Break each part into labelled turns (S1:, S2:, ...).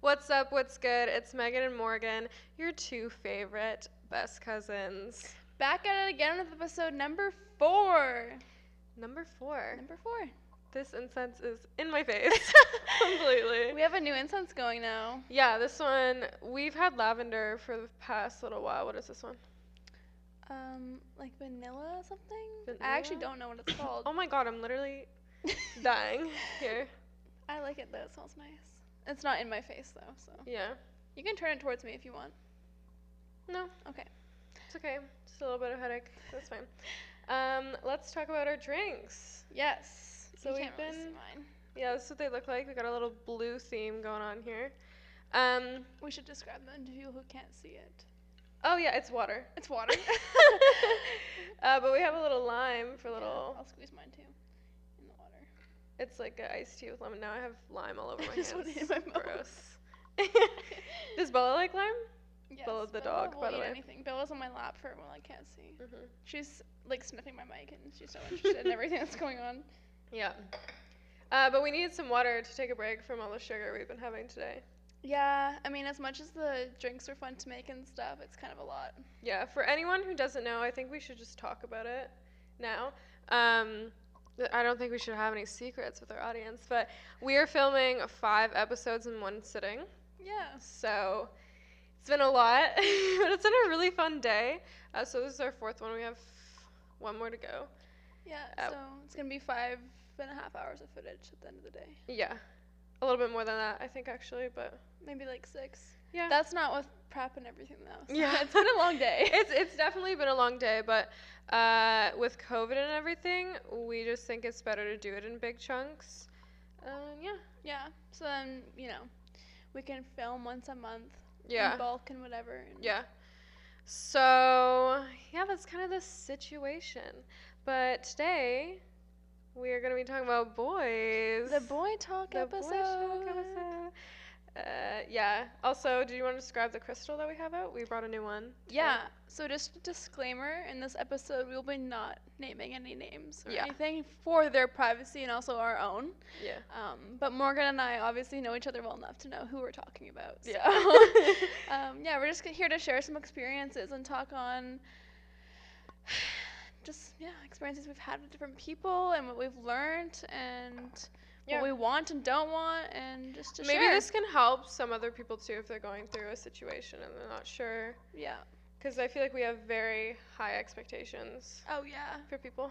S1: What's up? What's good? It's Megan and Morgan, your two favorite best cousins.
S2: Back at it again with episode number four.
S1: Number four.
S2: Number four.
S1: This incense is in my face completely.
S2: We have a new incense going now.
S1: Yeah, this one, we've had lavender for the past little while. What is this one?
S2: Um, like vanilla something. I actually
S1: Vanilla?
S2: don't know what it's called.
S1: Oh my god, I'm literally dying here.
S2: I like it though. It smells nice. It's not in my face though, so
S1: Yeah.
S2: you can turn it towards me if you want.
S1: No,
S2: Okay.
S1: it's okay. Just a little bit of headache. That's fine. Um, let's talk about our drinks.
S2: Yes.
S1: So
S2: you
S1: we've
S2: can't really see
S1: been-
S2: mine.
S1: Yeah, this is what they look like. We got a little blue theme going on here. Um,
S2: We should describe them to people who can't see it.
S1: oh yeah, it's water.
S2: It's water.
S1: uh, but we have a little lime for
S2: Yeah,
S1: little.
S2: I'll squeeze mine too. In the water.
S1: It's like an iced tea with lemon. Now I have lime all over
S2: I
S1: my
S2: just
S1: hands.
S2: want it in my mouth.
S1: Gross. Does Bella like lime?
S2: Yes,
S1: Bella's the
S2: Bella
S1: dog,
S2: will
S1: by the
S2: eat
S1: way.
S2: Anything. Bella's on my lap for while I can't see.
S1: Mm-hmm.
S2: She's like sniffing my mic and she's so interested in everything that's going on.
S1: Yeah. Uh, but we needed some water to take a break from all the sugar we've been having today.
S2: Yeah, I mean, as much as the drinks were fun to make and stuff, it's kind of a lot.
S1: Yeah, for anyone who doesn't know, I think we should just talk about it now. Um, th- I don't think we should have any secrets with our audience, but we are filming five episodes in one sitting.
S2: Yeah.
S1: So it's been a lot, but it's been a really fun day. Uh, so this is our fourth one. We have one more to go.
S2: Yeah,
S1: Uh,
S2: so it's going to be five and a half hours of footage at the end of the day.
S1: Yeah, a little bit more than that, I think, actually. But
S2: Maybe like six.
S1: yeah,
S2: That's not with prep and everything, though. so
S1: Yeah.
S2: it's been a long day.
S1: it's it's definitely been a long day. But uh, with COVID and everything, we just think it's better to do it in big chunks. Um, yeah,
S2: yeah, so then, you know, we can film once a month
S1: yeah,
S2: in bulk and whatever. And
S1: yeah. So yeah, that's kind of the situation. But today. We are going to be talking about boys.
S2: The boy talk
S1: The boy
S2: episode.
S1: shock episode. Uh, yeah. Also, do you want to describe the crystal that we have out? We brought a new one. today.
S2: Yeah. So just a disclaimer: in this episode, we will be not naming any names or
S1: Yeah.
S2: anything for their privacy and also our own.
S1: Yeah.
S2: Um, but Morgan and I obviously know each other well enough to know who we're talking about. So.
S1: Yeah.
S2: um, yeah, we're just here to share some experiences and talk on just yeah experiences we've had with different people and what we've learned and
S1: Yeah.
S2: what we want and don't want and just to
S1: Maybe
S2: share.
S1: this can help some other people too if they're going through a situation and they're not sure.
S2: yeah.
S1: Because I feel like we have very high expectations
S2: Oh yeah.
S1: for people.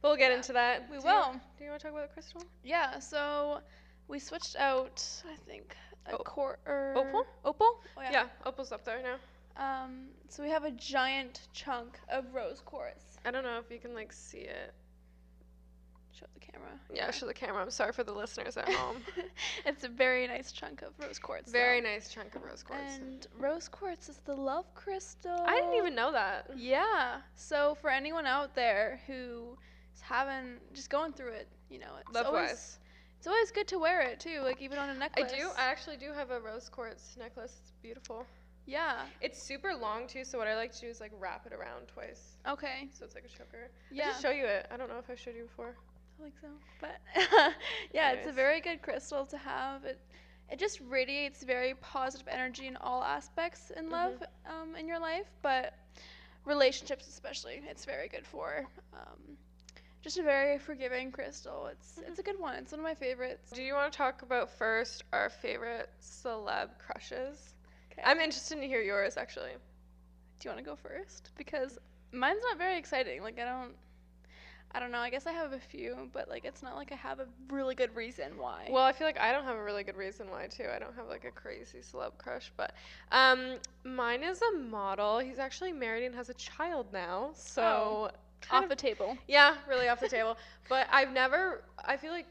S1: But we'll get
S2: Yeah,
S1: into that.
S2: We
S1: Do you-
S2: will.
S1: do you want to talk about the crystal?
S2: Yeah, so we switched out, I think, a
S1: O-
S2: quart or
S1: Oh, opal?
S2: Opal? Oh,
S1: Yeah. Opal's up there now.
S2: Um, so we have a giant chunk of rose quartz.
S1: I don't know if you can like see it.
S2: Show the camera.
S1: Yeah, show the camera. I'm sorry for the listeners at home.
S2: it's a very nice chunk of rose quartz.
S1: Um. very
S2: though.
S1: nice chunk of rose quartz.
S2: And rose quartz is the love crystal.
S1: I didn't even know that.
S2: Yeah. So for anyone out there who is having just going through it, you know, it's
S1: Love
S2: always it's always good to wear it too, like even on a
S1: I
S2: necklace.
S1: do. I actually do have a rose quartz necklace. It's beautiful.
S2: yeah.
S1: It's super long too, so what I like to do is like wrap it around twice.
S2: Okay.
S1: So it's like a choker. Yeah.
S2: Yeah.
S1: just show you it. I don't know if I showed you before.
S2: I think so. But yeah, it's a
S1: Anyways.
S2: very good crystal to have. It it just radiates very positive energy in all aspects in
S1: Mhm.
S2: love um, in your life, but relationships especially, it's very good for. Um, just a very forgiving crystal. It's
S1: Mm-hmm.
S2: it's a good one. It's one of my favorites.
S1: Do you want to talk about first our favorite celeb crushes?
S2: 'Kay.
S1: I'm interested to hear yours actually.
S2: Do you want to go first? Because mine's not very exciting. Like I don't. I don't know. I guess I have a few, but like it's not like I have a really good reason why.
S1: Well, I feel like I don't have a really good reason why too. I don't have like a crazy celeb crush, but um, mine is a model. He's actually married and has a child now,
S2: Oh,
S1: so kind
S2: off
S1: of
S2: the table.
S1: Yeah, really off the table. But I've never. I feel like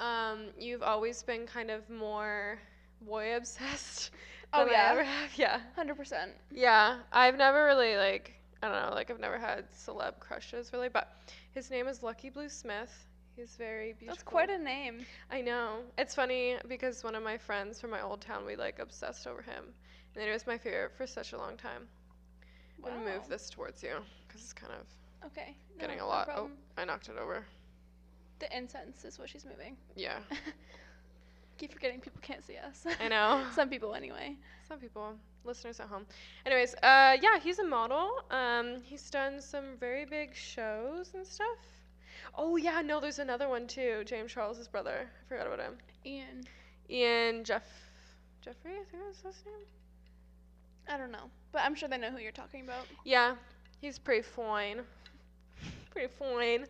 S1: um, you've always been kind of more boy obsessed
S2: Oh,
S1: than
S2: yeah.
S1: I ever have. Yeah,
S2: Hundred percent.
S1: yeah. I've never really like. I don't know. Like I've never had celeb crushes really. But his name is Lucky Blue Smith. He's very beautiful.
S2: That's quite a name.
S1: I know. It's funny because one of my friends from my old town, we like obsessed over him, and it was my favorite for such a long time. I'm gonna move
S2: Wow.
S1: this towards you because it's kind of
S2: Okay. no,
S1: getting a
S2: no
S1: lot. Oh,
S2: problem.
S1: I knocked it over.
S2: The incense is what she's moving.
S1: Yeah.
S2: Keep forgetting people can't see us.
S1: I know.
S2: Some people, anyway.
S1: Some people, listeners at home. Anyways, uh, yeah, he's a model. Um, he's done some very big shows and stuff. Oh yeah, no, there's another one too. James Charles's brother. I forgot about him.
S2: Ian,
S1: Ian Jeff Jeffrey, I think that's his name.
S2: I don't know, but I'm sure they know who you're talking about.
S1: Yeah, he's pretty fine. Pretty fine.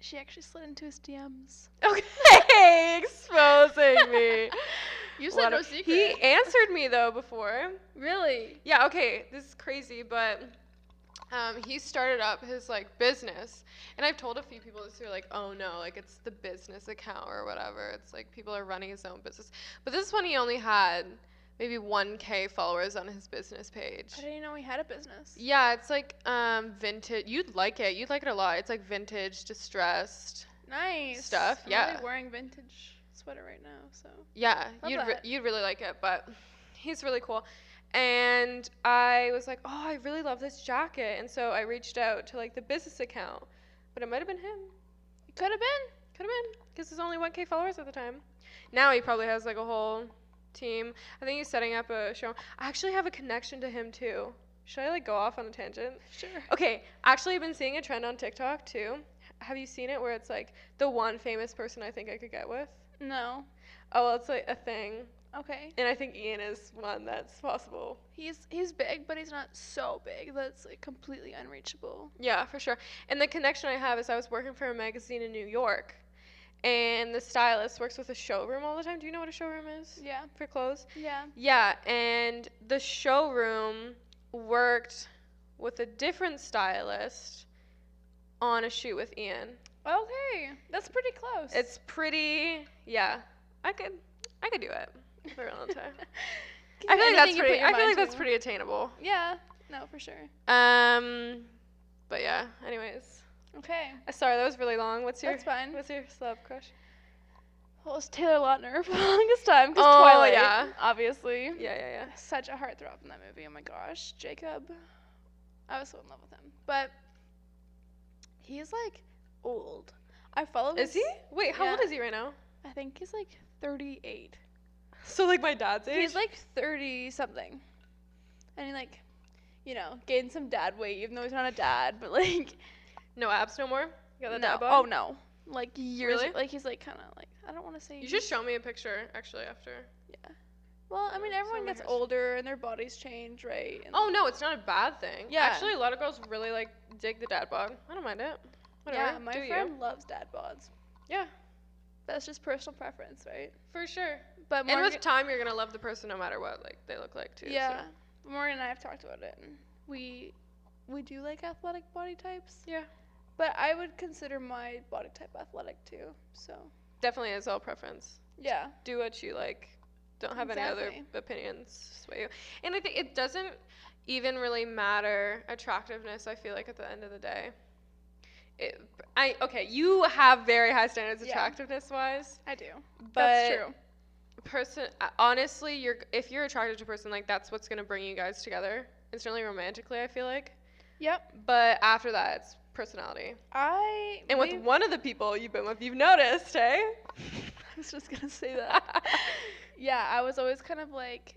S2: She actually slid into his DMs.
S1: Okay, exposing me.
S2: You
S1: What a- He answered me though before.
S2: really?
S1: Yeah, okay, this is crazy, but um, he started up his like business, and I've told a few people this. Who are like, oh no, like it's the business account or whatever. It's like people are running his own business, but this one he only had maybe 1k followers on his business page.
S2: I didn't know he had a business.
S1: Yeah, it's like um, vintage. You'd like it. You'd like it a lot. It's like vintage, distressed.
S2: Nice
S1: Stuff,
S2: I'm
S1: yeah.
S2: Really wearing vintage sweater right now, so
S1: Yeah,
S2: Love
S1: you'd re-
S2: that.
S1: you'd really like it, but he's really cool. And I was like, "Oh, I really love this jacket." And so I reached out to like the business account, but it might have been him.
S2: it could have been.
S1: Could have been because there's only 1k followers at the time. Now he probably has like a whole team. I think he's setting up a show. I actually have a connection to him too. Should I like go off on a tangent?
S2: Sure.
S1: Okay, actually, I've been seeing a trend on TikTok too. Have you seen it where it's like the one famous person I think I could get with?
S2: No.
S1: Oh, well, it's like a thing.
S2: Okay.
S1: And I think Ian is one that's possible.
S2: He's he's big, but he's not so big that's like completely unreachable.
S1: Yeah, for sure. And the connection I have is I was working for a magazine in New York, and the stylist works with a showroom all the time. Do you know what a showroom is
S2: Yeah.
S1: for clothes?
S2: Yeah.
S1: Yeah, and the showroom worked with a different stylist on a shoot with Ian.
S2: Okay. That's pretty close.
S1: It's pretty. Yeah, I could, I could do it for a long time.
S2: Can
S1: I
S2: do
S1: feel like that's
S2: anything you put
S1: pretty.
S2: your
S1: I feel
S2: mind
S1: like that's
S2: to.
S1: pretty attainable.
S2: Yeah. No, for sure.
S1: Um, but yeah. Anyways.
S2: Okay.
S1: Uh, Sorry, that was really long. What's your
S2: That's fine.
S1: What's your celeb crush?
S2: Well, it's Taylor Lautner for the longest time because
S1: Oh,
S2: Twilight,
S1: yeah.
S2: obviously.
S1: Yeah, yeah, yeah.
S2: Such a heartthrob in that movie. Oh my gosh, Jacob. I was so in love with him, but he's like old. I follow.
S1: Is
S2: his-
S1: he? Wait, how old
S2: yeah.
S1: is he right now?
S2: I think he's like 38.
S1: So like my dad's age.
S2: He's like 30 something, and he like, you know, gained some dad weight even though he's not a dad, but like
S1: no abs no more. You got that
S2: no.
S1: dad bod?
S2: Oh no. Like years.
S1: Really?
S2: Like he's like kind of like I don't want to say.
S1: You should show me a picture actually after.
S2: Yeah. Well, I mean,
S1: Yeah,
S2: everyone
S1: summer
S2: gets
S1: hairstyle.
S2: older and their bodies change, right? And
S1: Oh no, it's not a bad thing.
S2: Yeah.
S1: Actually, a lot of girls really like dig the dad bod. I don't mind it. Whatever.
S2: Yeah, my
S1: Do
S2: friend
S1: you?
S2: loves dad bods.
S1: Yeah,
S2: That's just personal preference, right?
S1: for sure.
S2: But
S1: And
S2: Morgan,
S1: with time, you're gonna love the person no matter what like they look like too. so.
S2: yeah, Morgan and I have talked about it. and We we do like athletic body types,
S1: Yeah.
S2: but I would consider my body type athletic too. So
S1: Definitely is all preference.
S2: yeah,
S1: do what you like. Don't have any
S2: Exactly.
S1: other opinions sway you. And I think it doesn't even really matter attractiveness. I feel like at the end of the day, it, I okay. You have very high standards
S2: Yeah.
S1: attractiveness wise,
S2: I do.
S1: but
S2: That's true.
S1: person uh, honestly, you're if you're attracted to a person like that's what's gonna bring you guys together instantly romantically. I feel like,
S2: Yep.
S1: but after that, it's personality.
S2: I
S1: And with
S2: we-
S1: one of the people you've been with, you've noticed, hey?
S2: I was just gonna say that. yeah, I was always kind of like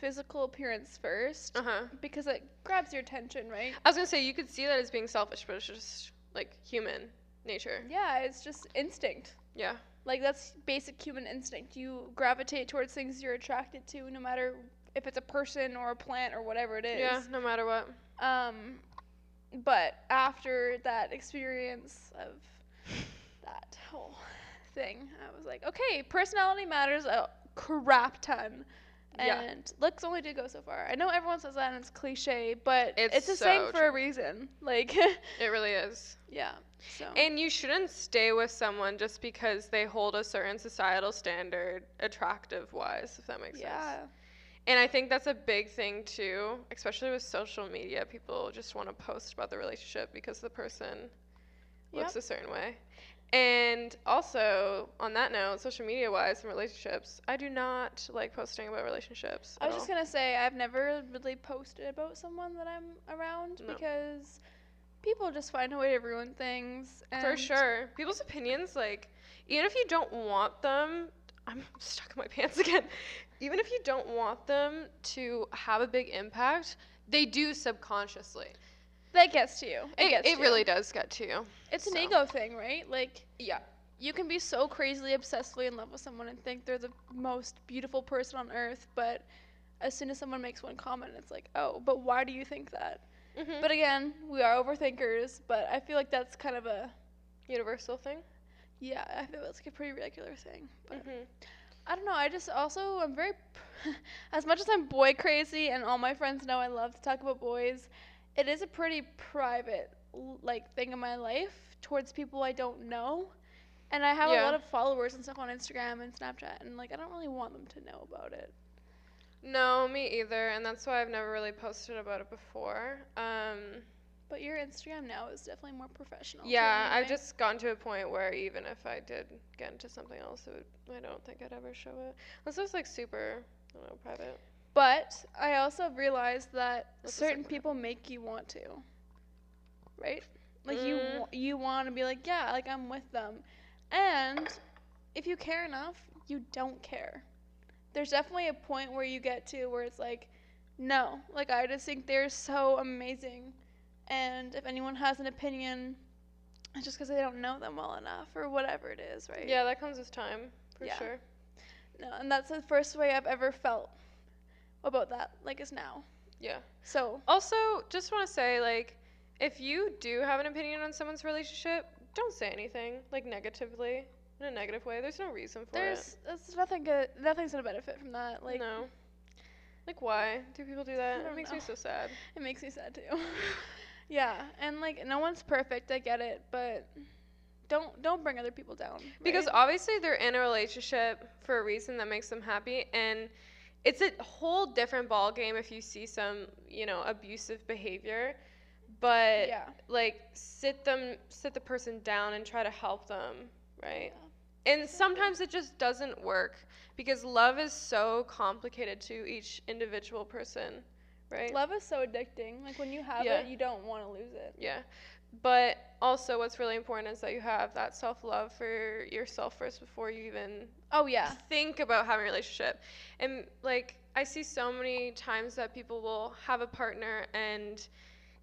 S2: physical appearance first
S1: uh huh.
S2: because it grabs your attention, right?
S1: I was gonna say you could see that as being selfish, but it's just like human nature.
S2: Yeah, it's just instinct.
S1: Yeah.
S2: Like that's basic human instinct. You gravitate towards things you're attracted to, no matter if it's a person or a plant or whatever it is.
S1: Yeah. No matter what.
S2: Um, but after that experience of that whole thing, I was like, okay, personality matters a crap ton. And
S1: Yeah.
S2: looks only do go so far. I know everyone says that and it's cliche, but it's,
S1: It's
S2: the same
S1: so
S2: for a reason. Like,
S1: It really is.
S2: yeah. So
S1: And you shouldn't stay with someone just because they hold a certain societal standard, attractive wise, if that makes
S2: yeah,
S1: sense. And I think that's a big thing too, especially with social media. People just want to post about the relationship because the person looks a certain way. And also, on that note, social media wise and relationships, I do not like posting about relationships.
S2: I
S1: at
S2: was just
S1: all.
S2: gonna say I've never really posted about someone that I'm around
S1: No.
S2: because people just find a way to ruin things. And
S1: For sure. People's opinions, like, even if you don't want them, I'm stuck in my pants again. Even if you don't want them to have a big impact, they do subconsciously.
S2: That gets to you. It,
S1: It,
S2: gets
S1: it
S2: to
S1: really
S2: you.
S1: does get to you.
S2: It's an
S1: so.
S2: ego thing, right? Like
S1: Yeah.
S2: you can be so crazily obsessively in love with someone and think they're the most beautiful person on earth, but as soon as someone makes one comment, it's like, oh, but why do you think that?
S1: Mm-hmm. But
S2: But again, we are overthinkers, but I feel like that's kind of a
S1: universal thing.
S2: yeah, I feel that's like a pretty regular thing. But
S1: Mm-hmm.
S2: I don't know. I just also I'm very, as much as I'm boy crazy and all my friends know I love to talk about boys, it is a pretty private l- like thing in my life towards people I don't know, and I have
S1: Yeah.
S2: a lot of followers and stuff on Instagram and Snapchat, and like I don't really want them to know about it.
S1: No, me either, and that's why I've never really posted about it before. Um,
S2: But your Instagram now is definitely more professional. too,
S1: yeah, I've
S2: anyway.
S1: just gotten to a point where even if I did get into something else, it would, I don't think I'd ever show it. Unless it was like super, I don't know, private.
S2: But I also realized that
S1: What's the
S2: certain
S1: second
S2: people make you want to, right? Like you
S1: Mm.
S2: wa- you want to be like, yeah, like I'm with them, and if you care enough, you don't care. There's definitely a point where you get to where it's like, no, like I just think they're so amazing, and if anyone has an opinion, it's just because they don't know them well enough or whatever it is, right?
S1: Yeah, that comes with time, for
S2: Yeah.
S1: sure.
S2: No, and that's the first way I've ever felt about that, like is now.
S1: Yeah.
S2: So
S1: Also, just want to say, like, if you do have an opinion on someone's relationship, don't say anything, like, negatively, in a negative way. There's no reason for it.
S2: There's that's nothing good. Nothing's gonna benefit from that. Like
S1: no. Like, why do people do that? It
S2: don't
S1: makes me
S2: know.
S1: so sad.
S2: it makes me sad too. yeah, and like no one's perfect. I get it, but don't don't bring other people down.
S1: Because
S2: right?
S1: obviously they're in a relationship for a reason that makes them happy and it's a whole different ball game if you see some, you know, abusive behavior. But
S2: yeah,
S1: like sit them sit the person down and try to help them, right? And sometimes it just doesn't work because love is so complicated to each individual person, right?
S2: love is so addicting. Like when you have
S1: Yeah.
S2: it, you don't want to lose it.
S1: Yeah. But also what's really important is that you have that self-love for yourself first before you even
S2: Oh yeah,
S1: think about having a relationship. And like I see so many times that people will have a partner and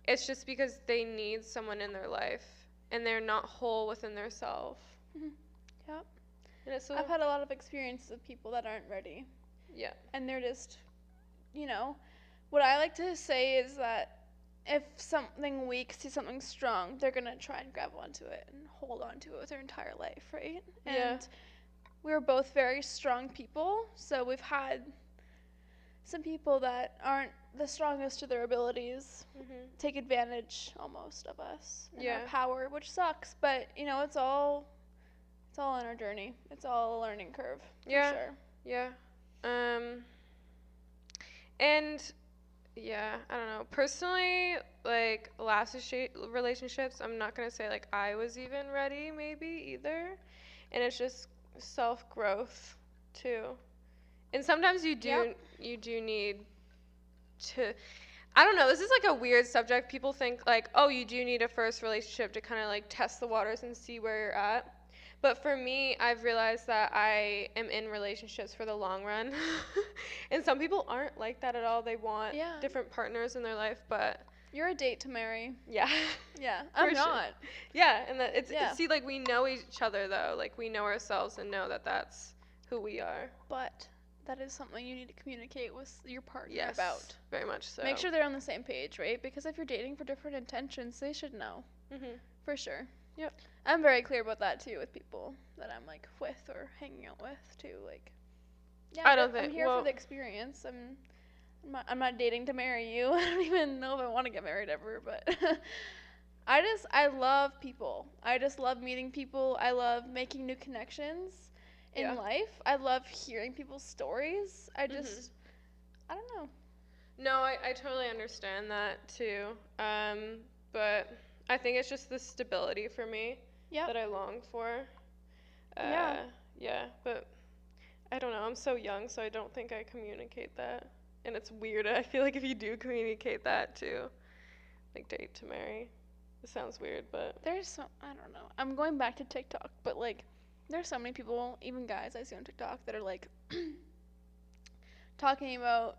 S1: it's just because they need someone in their life and they're not whole within their self.
S2: Mhm. Yep.
S1: And it's so
S2: I've had a lot of experiences with people that aren't ready.
S1: yeah.
S2: and they're just you know what i like to say is that if something weak sees something strong they're going to try and grab onto it and hold onto it with their entire life right
S1: Yeah.
S2: and we we're both very strong people so we've had some people that aren't the strongest to their abilities
S1: hmm
S2: take advantage almost of us and
S1: Yeah.
S2: our power which sucks but you know it's all it's all in our journey it's all a learning curve for
S1: Yeah.
S2: sure
S1: Yeah. Um and yeah, I don't know. Personally, like last asha- relationships, I'm not going to say like I was even ready maybe either. And it's just self-growth too. And sometimes you do
S2: Yep.
S1: you do need to I don't know. This is like a weird subject. People think like, "Oh, you do need a first relationship to kind of like test the waters and see where you're at." But for me, I've realized that I am in relationships for the long run. and some people aren't like that at all. They want
S2: Yeah.
S1: different partners in their life, but
S2: you're a date to marry
S1: yeah.
S2: Yeah,
S1: For
S2: I'm
S1: sure.
S2: not.
S1: yeah, and that it's,
S2: Yeah.
S1: see like we know each other though. Like we know ourselves and know that that's who we are.
S2: But that is something you need to communicate with your partner
S1: Yes.
S2: about.
S1: Very much so.
S2: Make sure they're on the same page, right? Because if you're dating for different intentions, they should know
S1: Mhm.
S2: for sure.
S1: Yep.
S2: I'm very clear about that too with people that I'm like with or hanging out with too. Like, yeah,
S1: I
S2: I'm
S1: don't
S2: here- I'm
S1: think-
S2: here
S1: well-
S2: for the experience. I'm. I'm not, I'm not dating to marry you. I don't even know if I want to get married ever, but I just I love people. I just love meeting people. I love making new connections in
S1: Yeah.
S2: life. I love hearing people's stories. I
S1: Mhm.
S2: just I don't know.
S1: No, I, I totally understand that too. Um, but I think it's just the stability for me
S2: Yep.
S1: that I long for. Uh,
S2: Yeah.
S1: Yeah, but I don't know. I'm so young, so I don't think I communicate that. And it's weird. I feel like if you do communicate that too, like date to marry, it sounds weird, but
S2: There's some I don't know. I'm going back to TikTok, but like There's so many people, even guys I see on TikTok, that are like talking about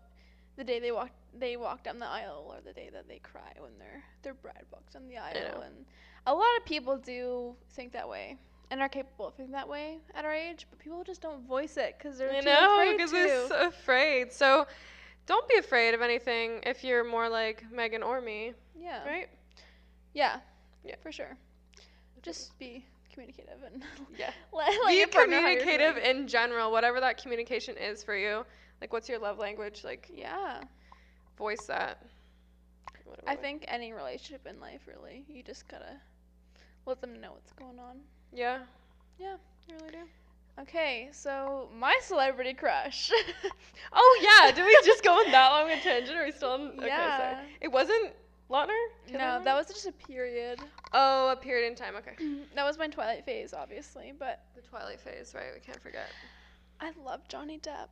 S2: the day they walked they walked down the aisle or the day that they cry when their their bride walks down the aisle
S1: know.
S2: and a lot of people do think that way and are capable of thinking that way at our age but people just don't voice it because they're
S1: I
S2: too
S1: know,
S2: afraid
S1: because
S2: to
S1: they're so afraid. So don't be afraid of anything if you're more like Megan or me,
S2: yeah
S1: right?
S2: yeah
S1: Yeah.
S2: for sure just be communicative and
S1: yeah.
S2: let, let
S1: be
S2: your partner how you're
S1: communicative
S2: feeling.
S1: in general, whatever that communication is for you. Like, what's your love language? Like,
S2: yeah
S1: voice that. Whatever
S2: i
S1: way.
S2: think any relationship in life really you just gotta let them know what's going on
S1: Yeah.
S2: Yeah.
S1: You really do.
S2: okay so my celebrity crush
S1: Oh yeah. Did we just go on that long a tangent? Are we still on? Okay,
S2: yeah
S1: sorry. It wasn't Lautner.
S2: No, that was just a period.
S1: Oh, a period in time. Okay.
S2: that was my Twilight phase, obviously, but
S1: The Twilight phase, right? We can't forget.
S2: I love Johnny Depp.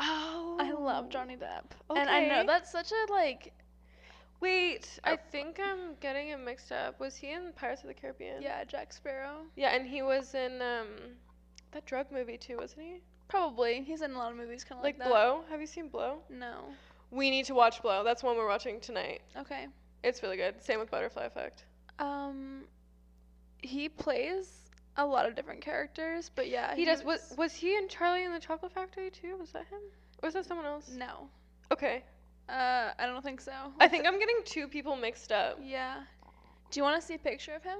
S1: Oh.
S2: I love Johnny Depp. And I know
S1: Okay.
S2: that's such a like
S1: Wait,
S2: Oh.
S1: I think I'm getting him mixed up. Was he in Pirates of the Caribbean?
S2: yeah, Jack Sparrow.
S1: Yeah, and he was in um that drug movie too, wasn't he?
S2: Probably. He's in a lot of movies kind of like,
S1: Like,
S2: that.
S1: Blow. Have you seen Blow?
S2: No.
S1: We need to watch Blow. That's one we're watching tonight.
S2: Okay.
S1: It's really good. Same with Butterfly Effect.
S2: Um he plays a lot of different characters, but yeah,
S1: He does. Was
S2: was-
S1: was he in Charlie and the Chocolate Factory too? Was that him? Or was that someone else?
S2: No.
S1: Okay.
S2: Uh I don't think so.
S1: I think I'm getting two people mixed up.
S2: Yeah. Do you want to see a picture of him?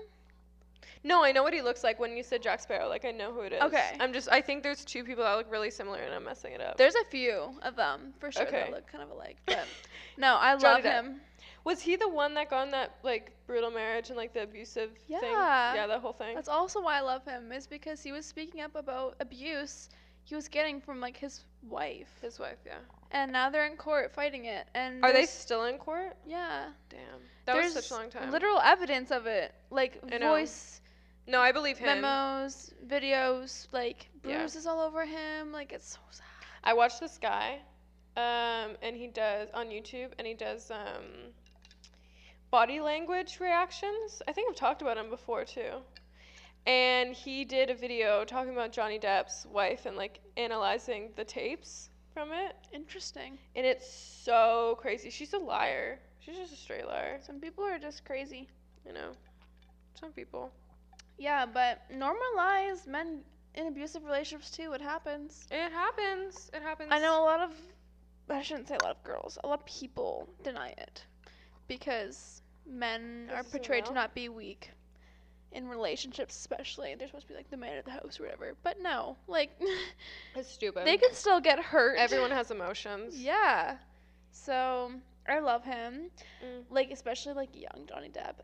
S1: No, I know what he looks like when you said Jack Sparrow. Like I know who it is.
S2: Okay.
S1: I'm just. I think there's two people that look really similar, and I'm messing it up.
S2: There's a few of them for sure
S1: Okay.
S2: that look kind of alike, but no, I love
S1: Johnny Depp.
S2: him.
S1: Was he the one that got in that like brutal marriage and like the abusive thing?
S2: Yeah.
S1: Yeah, that whole thing.
S2: That's also why I love him is because he was speaking up about abuse he was getting from like his wife,
S1: His wife. Yeah.
S2: and now they're in court fighting it. And
S1: Are they
S2: there's-
S1: still in court?
S2: Yeah,
S1: Damn. That was such
S2: there's
S1: a long time.
S2: Literal evidence of it, like
S1: I know.
S2: voice
S1: no, I believe him.
S2: memos, videos, like
S1: Yeah.
S2: bruises all over him. Like it's so sad.
S1: I watched this guy, um, and he does on YouTube, and he does um, body language reactions. I think I've talked about him before too. And he did a video talking about Johnny Depp's wife and like analyzing the tapes from it,
S2: Interesting.
S1: and it's so crazy. She's a liar. She's just a straight liar.
S2: Some people are just crazy.
S1: You know, some people.
S2: Yeah, but normalize men in abusive relationships too. It happens.
S1: It happens. It happens.
S2: I know a lot of, I shouldn't say a lot of girls, a lot of people deny it because men
S1: Because
S2: are
S1: it's so
S2: portrayed to
S1: loud?
S2: not be weak in relationships, especially. They're supposed to be like the man of the house or whatever. But no, like,
S1: It's stupid.
S2: they could still get hurt.
S1: Everyone has emotions.
S2: Yeah. So, I love him.
S1: Mm.
S2: Like, especially like young Johnny Depp.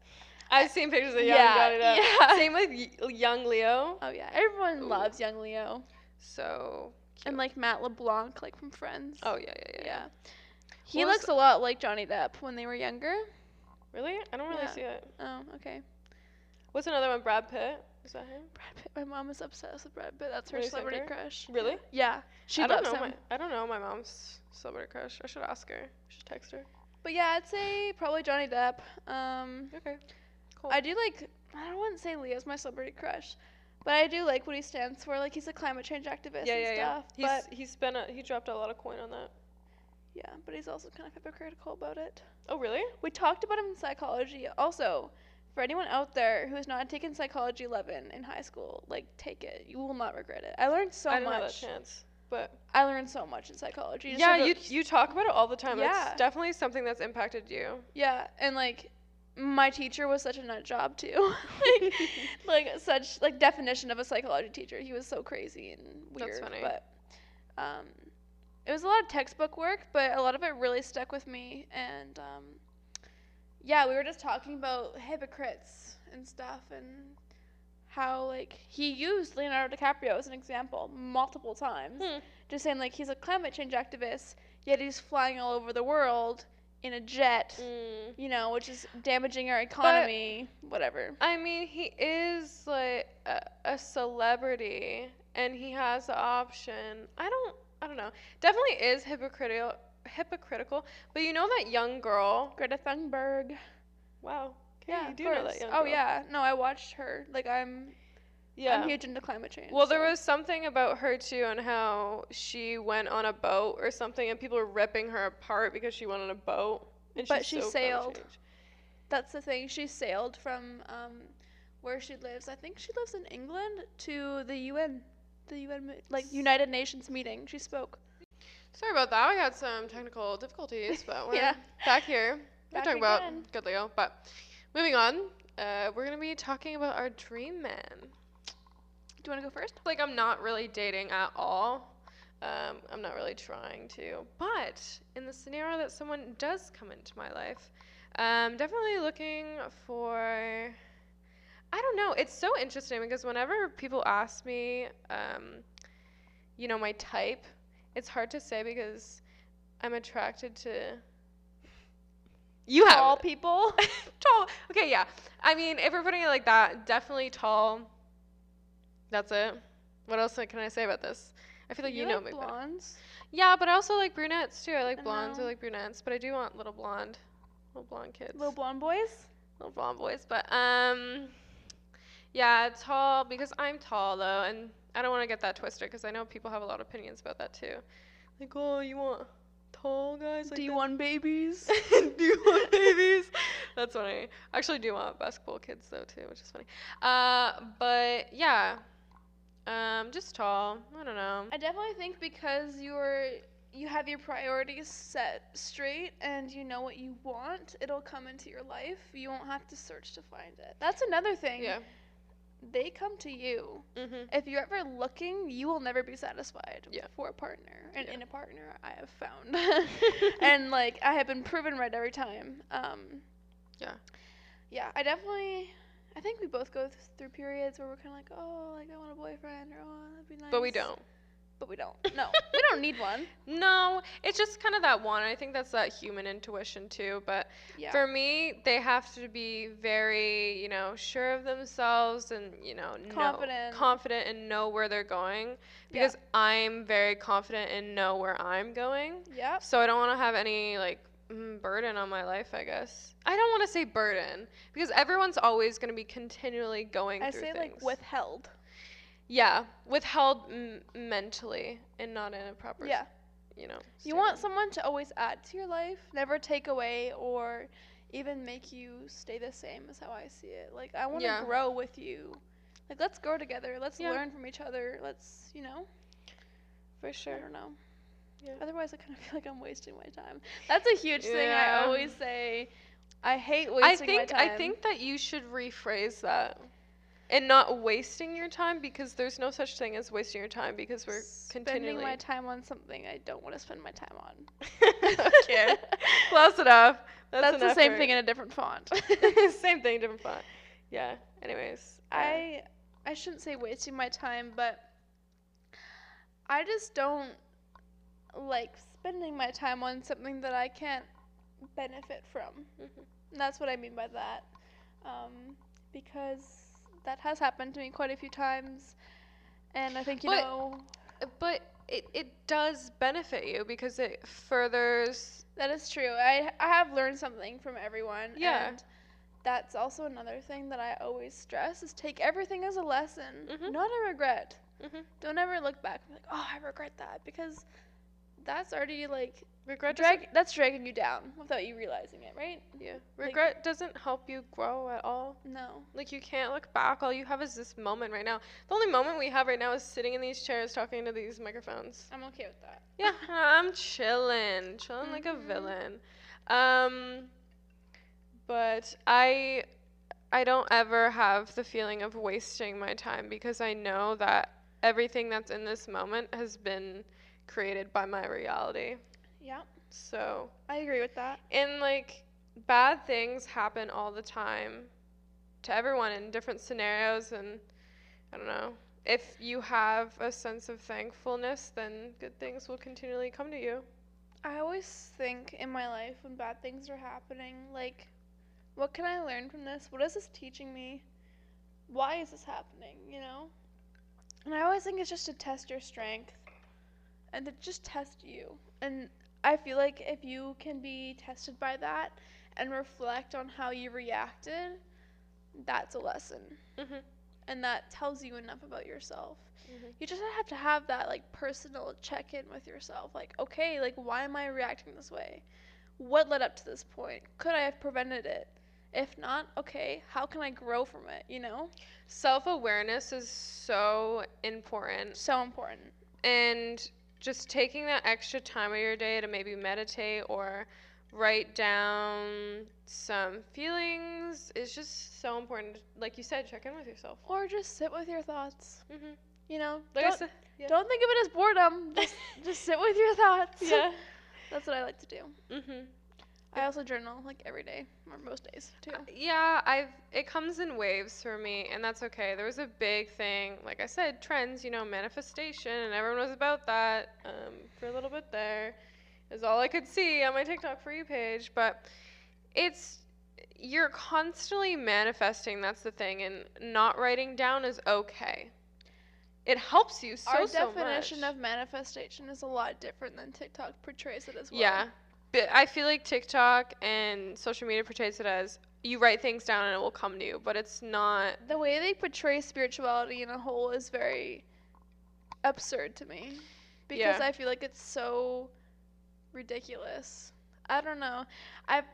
S1: I've seen pictures of young
S2: Yeah,
S1: Johnny Depp.
S2: yeah.
S1: Same with y- young Leo.
S2: Oh, yeah. Everyone
S1: Ooh.
S2: loves young Leo.
S1: So.
S2: And like Matt LeBlanc, like from Friends.
S1: Oh yeah, yeah, yeah.
S2: yeah.
S1: yeah.
S2: He
S1: What was-
S2: looks a lot like Johnny Depp when they were younger.
S1: Really? I don't really
S2: Yeah.
S1: see it.
S2: Oh, okay.
S1: What's another one? Brad Pitt. Is that him?
S2: Brad Pitt. My mom is obsessed with Brad Pitt. That's her
S1: Really
S2: celebrity
S1: singer?
S2: crush.
S1: Really?
S2: Yeah, she
S1: I don't
S2: loves
S1: know.
S2: him.
S1: My, I don't know my mom's celebrity crush. I should ask her. I should text her.
S2: But yeah, I'd say probably Johnny Depp. Um,
S1: Okay. Cool.
S2: I do like. I don't want to say Leo's my celebrity crush, but I do like what he stands for. Like he's a climate change activist
S1: yeah,
S2: and
S1: yeah, yeah.
S2: stuff.
S1: He's
S2: But
S1: he's been a, he dropped a lot of coin on that.
S2: yeah, but he's also kind of hypocritical about it.
S1: Oh really?
S2: We talked about him in psychology. Also, for anyone out there who has not taken psychology 11 in high school, like take it. You will not regret it. I learned so
S1: I didn't have that
S2: much.
S1: chance. But
S2: I learned so much in psychology. just
S1: yeah,
S2: about-
S1: you you talk about it all the time.
S2: Yeah.
S1: It's definitely something that's impacted you.
S2: Yeah, and like my teacher was such a nut job too. like like such like definition of a psychology teacher. He was so crazy and weird.
S1: That's funny.
S2: But um it was a lot of textbook work, but a lot of it really stuck with me and um yeah, we were just talking about hypocrites and stuff and how like he used Leonardo DiCaprio as an example multiple times
S1: Hmm.
S2: just saying like he's a climate change activist, yet he's flying all over the world in a jet,
S1: Mm.
S2: you know, which is damaging our economy, whatever.
S1: I mean, he is like a, a celebrity, and he has the option. I don't, I don't know. Definitely is hypocritical, hypocritical. But you know that young girl.
S2: Greta Thunberg.
S1: Wow. Okay,
S2: Yeah,
S1: you
S2: of
S1: do know that
S2: course.
S1: young
S2: Oh
S1: girl.
S2: yeah, no, I watched her. Like I'm I'm huge into climate change.
S1: Well, there
S2: so-
S1: was something about her too, and how she went on a boat or something, and people were ripping her apart because she went on a boat. And
S2: But
S1: she's
S2: she
S1: so climate
S2: sailed.
S1: change.
S2: That's the thing. She sailed from um, where she lives. I think she lives in England to the UN, the UN mo- like United Nations meeting. She spoke.
S1: Sorry about that. We had some technical difficulties, but we're
S2: Yeah.
S1: back here. We're
S2: Back
S1: talking about
S2: again.
S1: good Leo. But moving on, uh, we're gonna be talking about our dream man.
S2: Do you want to go first?
S1: Like I'm not really dating at all. Um, I'm not really trying to. But in the scenario that someone does come into my life, um, definitely looking for. I don't know. It's so interesting because whenever people ask me, um, you know, my type, it's hard to say because I'm attracted to. You have
S2: All people.
S1: tall. Okay, yeah. I mean, if we're putting it like that, definitely tall. That's it. What else can I say about this? I feel like you, know
S2: like
S1: me. better.
S2: blondes.
S1: Yeah, but I also like brunettes too. I like
S2: I
S1: blondes. I
S2: know.
S1: like brunettes, but I do want little blonde, little blonde kids,
S2: Little blonde boys.
S1: little blonde boys. But um, yeah, tall because I'm tall though, and I don't want to get that twisted because I know people have a lot of opinions about that too. Like, oh, you want tall guys? Like
S2: Do you
S1: that?"
S2: want babies?
S1: do you want babies? That's funny. I actually do want basketball kids though too, which is funny. Uh, but yeah, um, just tall. I don't know.
S2: I definitely think because you're you have your priorities set straight and you know what you want, it'll come into your life. You won't have to search to find it. That's another thing.
S1: Yeah.
S2: They come to you.
S1: Mhm.
S2: If you're ever looking, you will never be satisfied
S1: Yeah.
S2: for a partner. And
S1: Yeah.
S2: in a partner, I have
S1: Mm-hmm.
S2: found. and like I have been proven right every time. Um,
S1: Yeah.
S2: Yeah, I definitely. I think we both go th- through periods where we're kind of like, oh, like I want a boyfriend, or oh, that'd be nice.
S1: But we don't.
S2: But we don't. No, we don't need one.
S1: No, it's just kind of that one. I think that's that human intuition too. But
S2: Yeah.
S1: for me, they have to be very, you know, sure of themselves and you know, know-
S2: Confident.
S1: confident, and know where they're going.
S2: Yeah.
S1: Because I'm very confident and know where I'm going.
S2: yep.
S1: So I don't want to have any like mm, burden on my life, I guess. I don't want to say burden because everyone's always going to be continually going
S2: I
S1: through
S2: say like
S1: things.
S2: withheld.
S1: yeah, withheld m- mentally and not in a proper s-
S2: Yeah.
S1: you know.
S2: You want
S1: standard.
S2: someone to always add to your life, never take away or even make you stay the same is how I see it. Like I want to
S1: Yeah.
S2: grow with you. Like let's grow together. Let's
S1: Yeah.
S2: learn from each other. Let's, you know,
S1: for
S2: I
S1: sure.
S2: don't know.
S1: Yeah.
S2: Otherwise I kind of feel like I'm wasting my time. That's a huge thing
S1: Yeah.
S2: I always say. I hate wasting
S1: I think
S2: my time.
S1: I think that you should rephrase that. And not wasting your time because there's no such thing as wasting your time because we're
S2: spending
S1: continually
S2: my time on something I don't want to spend my time on.
S1: okay. Close enough.
S2: That's,
S1: That's,
S2: the
S1: an
S2: same
S1: effort.
S2: thing in a different font.
S1: same thing, different font. Yeah. Anyways, yeah.
S2: I I shouldn't say wasting my time, but I just don't like spending my time on something that I can't benefit from.
S1: Mhm.
S2: And that's what I mean by that, um, because that has happened to me quite a few times, and I think you
S1: But-
S2: know
S1: but it, it does benefit you because it furthers.
S2: that is true. I I have learned something from everyone.
S1: Yeah.
S2: And that's also another thing that I always stress is take everything as a lesson,
S1: Mhm.
S2: not a regret.
S1: Mhm.
S2: don't ever look back and be like, oh, I regret that because that's already like
S1: Regret
S2: drag- that's dragging you down without you realizing it, right?
S1: doesn't, yeah. Regret doesn't help you grow at all.
S2: No.
S1: Like you can't look back. All you have is this moment right now. The only moment we have right now is sitting in these chairs talking to these microphones.
S2: I'm okay with that.
S1: Yeah, I'm chilling, chilling like a
S2: Mhm.
S1: villain. Um, but I, I don't ever have the feeling of wasting my time because I know that everything that's in this moment has been created by my reality.
S2: Yeah.
S1: So,
S2: I agree with that.
S1: and like bad things happen all the time to everyone in different scenarios, and I don't know. If you have a sense of thankfulness, then good things will continually come to you.
S2: I always think in my life when bad things are happening, like, what can I learn from this? What is this teaching me? Why is this happening, you know? And I always think it's just to test your strength and to just test you. And I feel like if you can be tested by that and reflect on how you reacted, that's a lesson.
S1: Mhm.
S2: and that tells you enough about yourself.
S1: Mhm.
S2: You just have to have that like personal check in with yourself. Like, okay, like why am I reacting this way? What led up to this point? Could I have prevented it? If not, okay, how can I grow from it? You know,
S1: Self awareness is so important.
S2: so important.
S1: And just taking that extra time of your day to maybe meditate or write down some feelings is just so important. Like you said, check in with yourself.
S2: Or just sit with your thoughts.
S1: Mm-hmm.
S2: You know,
S1: Like I
S2: don't,
S1: said, yeah.
S2: don't think of it as boredom. Just just sit with your thoughts.
S1: yeah.
S2: that's what I like to do.
S1: Mm-hmm.
S2: I also journal like every day or most days too.
S1: Uh, Yeah, I've it comes in waves for me, and that's okay. There was a big thing, like I said, trends, you know, manifestation, and everyone was about that um, for a little bit there. Is all I could see on my TikTok for you page, but it's you're constantly manifesting. That's the thing, and not writing down is okay. It helps you so
S2: Our
S1: so
S2: definition
S1: much.
S2: of manifestation is a lot different than TikTok portrays it as well.
S1: Yeah. But I feel like TikTok and social media portrays it as you write things down and it will come to you, but it's not.
S2: The way they portray spirituality in a whole is very absurd to me
S1: Yeah.
S2: because I feel like it's so ridiculous. I don't know. I've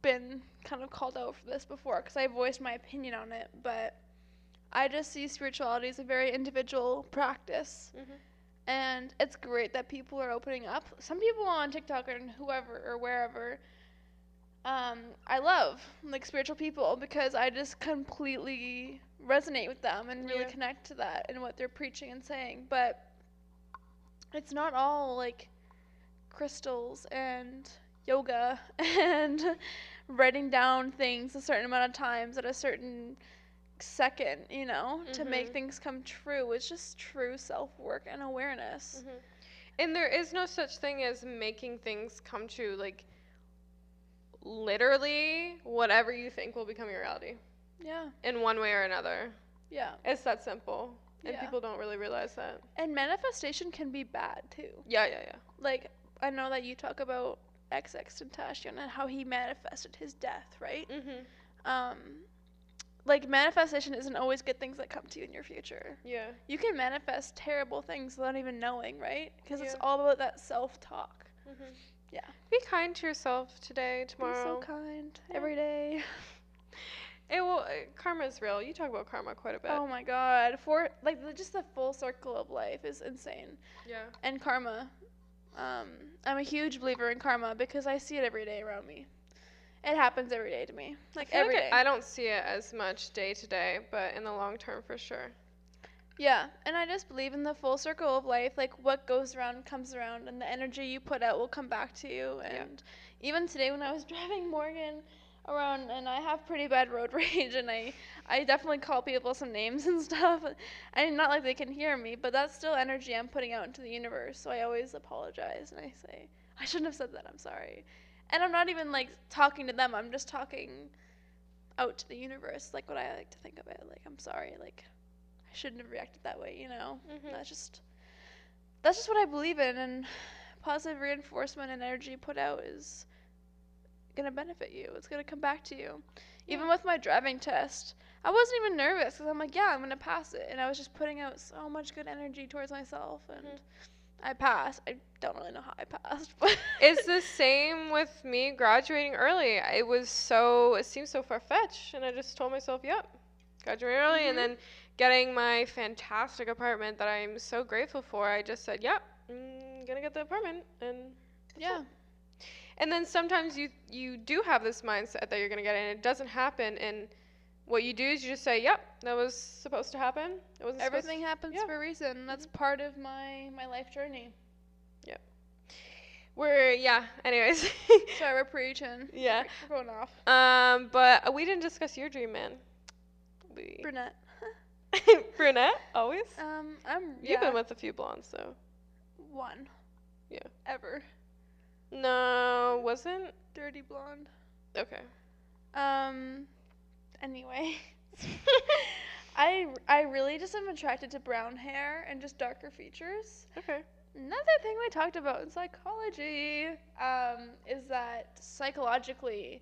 S2: been kind of called out for this before because I voiced my opinion on it, but I just see spirituality as a very individual practice.
S1: Mhm.
S2: And it's great that people are opening up. Some people on TikTok and whoever or wherever um, I love like spiritual people because I just completely resonate with them and really
S1: Yeah.
S2: connect to that and what they're preaching and saying. But it's not all like crystals and yoga and writing down things a certain amount of times at a certain second, you know, to make
S1: Mhm.
S2: things come true. It's just true self work and awareness.
S1: Mhm. And there is no such thing as making things come true. Like, literally, whatever you think will become your reality
S2: Yeah,
S1: in one way or another.
S2: yeah.
S1: It's that simple. And
S2: Yeah.
S1: people don't really realize that.
S2: And manifestation can be bad too.
S1: Yeah, yeah, yeah.
S2: Like, I know that you talk about XX Tentacion and how he manifested his death, right?
S1: Mm-hmm.
S2: Um, like, manifestation isn't always good things that come to you in your future.
S1: Yeah.
S2: you can manifest terrible things without even knowing, right? Because it's
S1: Yeah.
S2: all about that self talk.
S1: Mm-hmm.
S2: Yeah.
S1: Be kind to yourself today,
S2: Be so
S1: tomorrow.
S2: kind
S1: Yeah.
S2: every day.
S1: it will. Uh, karma's real. You talk about karma quite a bit.
S2: Oh my God. For like the, just the full circle of life is insane.
S1: yeah.
S2: And karma. Um, I'm a huge believer in karma because I see it every day around me. It happens every day to me. Like
S1: I feel
S2: every day.
S1: like I I don't see it as much day to day, but in the long term, for sure.
S2: Yeah, and I just believe in the full circle of life. Like what goes around comes around, and the energy you put out will come back to you.
S1: Yeah.
S2: And even today, when I was driving Morgan around, and I have pretty bad road rage, and I, I definitely call people some names and stuff. And not like they can hear me, but that's still energy I'm putting out into the universe. So I always apologize and I say I shouldn't have said that. I'm sorry. And I'm not even like talking to them. I'm just talking out to the universe, like what I like to think of it. Like I'm sorry. Like I shouldn't have reacted that way, you know?
S1: Mm-hmm.
S2: That's just that's just what I believe in and positive reinforcement and energy put out is gonna benefit you. It's gonna come back to you. Even with my driving test, I wasn't even nervous because I'm like, yeah, I'm gonna pass it, and I was just putting out so much good energy towards myself, and
S1: Mhm.
S2: I passed. I don't really know how I passed, but
S1: it's the same with me graduating early. I- It was so it seemed so far fetched, and I just told myself, "Yep, graduating early,"
S2: Mhm.
S1: and then getting my fantastic apartment that I'm so grateful for. I just said, "Yep, mm, gonna get the apartment," and
S2: yeah,
S1: and then sometimes you you do have this mindset that you're gonna get it, and it doesn't happen. And what you do is you just say, "Yep, that was supposed to happen. It wasn't supposed
S2: everything happens
S1: yeah. Mm-hmm.
S2: for a reason. That's part of my my life journey.
S1: We're yeah. Anyways,
S2: Sorry, we're preaching.
S1: yeah.
S2: we're going off.
S1: Um, but we didn't discuss your dream man. We
S2: Brunette.
S1: brunette always
S2: Um, I'm.
S1: you've
S2: yeah.
S1: been with a few blondes though
S2: One.
S1: Yeah.
S2: Ever.
S1: no wasn't
S2: Dirty blonde.
S1: okay
S2: Um. Anyway, I I really just am attracted to brown hair and just darker features.
S1: okay
S2: Another thing we talked about in psychology um, is that psychologically,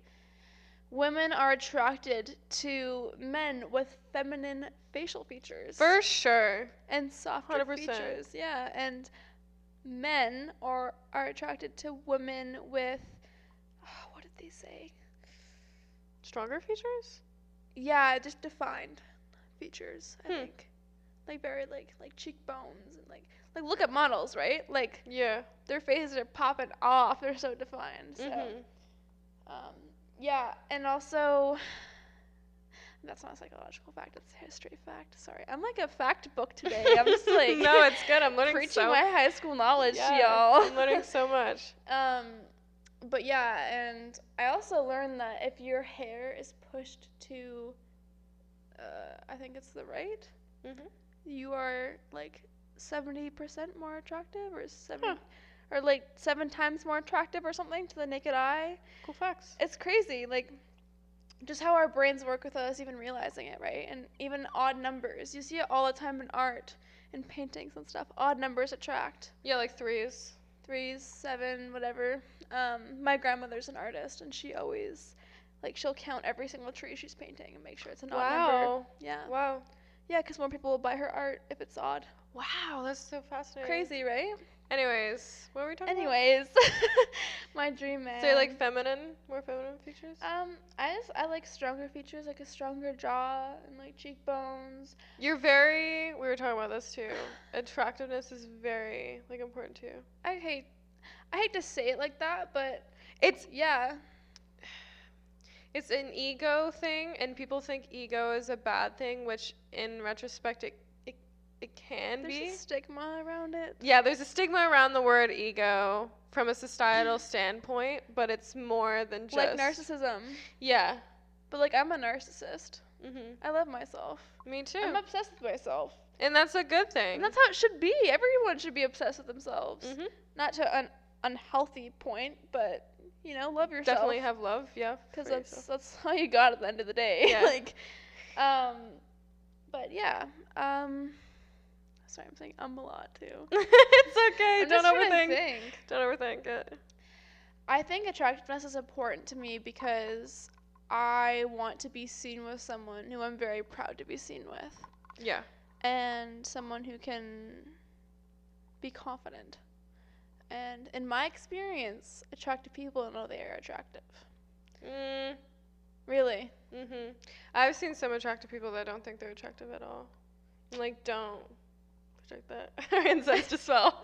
S2: women are attracted to men with feminine facial features
S1: For sure.
S2: and softer
S1: 100%.
S2: features. Yeah, and men are are attracted to women with oh, what did they say?
S1: Stronger features?
S2: Yeah, just defined features. I
S1: Hmm.
S2: think like very like like cheekbones and like like look at models, right? Like
S1: Yeah.
S2: their faces are popping off. They're so defined. So.
S1: Mhm.
S2: Um, yeah, and also, that's not a psychological fact, it's a history fact. Sorry. I'm like a fact book today. I'm just like
S1: no, it's good. I'm learning
S2: preaching
S1: so
S2: my high school knowledge,
S1: Yeah,
S2: y'all.
S1: I'm learning so much.
S2: um, but yeah, and I also learned that if your hair is pushed to, uh, I think it's the right,
S1: Mhm.
S2: you are like 70% more attractive or 70 or like 7 times more attractive or something to the naked eye
S1: Cool facts.
S2: it's crazy like just how our brains work without us even realizing it right and even odd numbers you see it all the time in art and paintings and stuff odd numbers attract
S1: Yeah, like threes.
S2: threes seven whatever um, my grandmother's an artist and she always like she'll count every single tree she's painting and make sure it's an odd number
S1: Wow.
S2: yeah
S1: Wow.
S2: yeah because more people will buy her art if it's odd
S1: Wow, that's so fascinating.
S2: crazy right
S1: Anyways, what were we talking
S2: anyways my dream man
S1: about? So you like feminine, more feminine features?
S2: Um, I just I like stronger features, like a stronger jaw and like cheekbones.
S1: You're very. We were talking about this too. Attractiveness is very like important too.
S2: I hate, I hate to say it like that, but
S1: It's
S2: yeah,
S1: it's an ego thing, and people think ego is a bad thing, which in retrospect it it, it can
S2: there's
S1: be.
S2: a stigma around it.
S1: Yeah, there's a stigma around the word ego from a societal standpoint, but it's more than just
S2: Mm. Like narcissism,
S1: Yeah.
S2: but like I'm a narcissist.
S1: hmm
S2: I love myself.
S1: Me too.
S2: I'm obsessed with myself,
S1: and that's a good thing.
S2: and that's how it should be. Everyone should be obsessed with themselves,
S1: Mhm.
S2: not to an unhealthy point, but you know, love yourself.
S1: Definitely have love. Yeah.
S2: because
S1: for
S2: that's
S1: yourself.
S2: that's all you got at the end of the day.
S1: Yeah.
S2: like, um, but yeah, um, sorry, I'm saying um a lot too.
S1: it's okay.
S2: I'm
S1: don't
S2: just trying to
S1: overthink.
S2: think.
S1: Don't overthink it.
S2: I think attractiveness is important to me because I want to be seen with someone who I'm very proud to be seen with,
S1: Yeah.
S2: and someone who can be confident. And in my experience, attractive people know they are attractive.
S1: Mm,
S2: Really,
S1: hmm I've seen some attractive people that don't think they're attractive at all. I'm like, don't project that. Our ancestors well.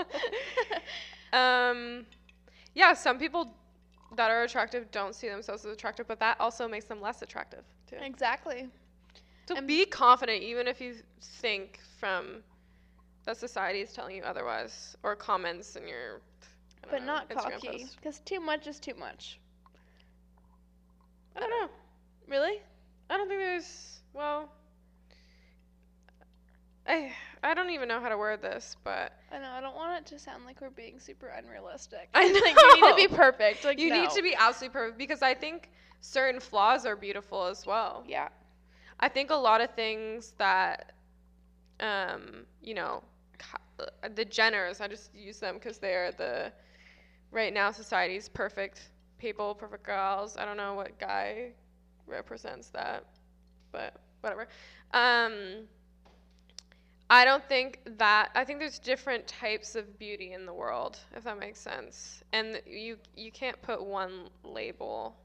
S1: um, yeah, some people that are attractive don't see themselves as attractive, but that also makes them less attractive too.
S2: exactly.
S1: So
S2: and-
S1: be confident, even if you think from that society is telling you otherwise, or comments in your. I don't
S2: but
S1: know,
S2: not
S1: Instagram
S2: cocky
S1: post.
S2: because too much is too much
S1: I don't know.
S2: really
S1: I don't think there's well I I don't even know how to word this, but
S2: i know i don't want it to sound like we're being super unrealistic
S1: I
S2: like you need to be
S1: know.
S2: perfect like
S1: you need
S2: no.
S1: to be absolutely perfect because I think certain flaws are beautiful as well.
S2: yeah
S1: I think a lot of things that um, you know, co- the Jenners, I just use them cuz they're the right now society's perfect people, perfect girls. I don't know what guy represents that, but whatever. Um, I don't think that. I think there's different types of beauty in the world, if that makes sense. And you you can't put one label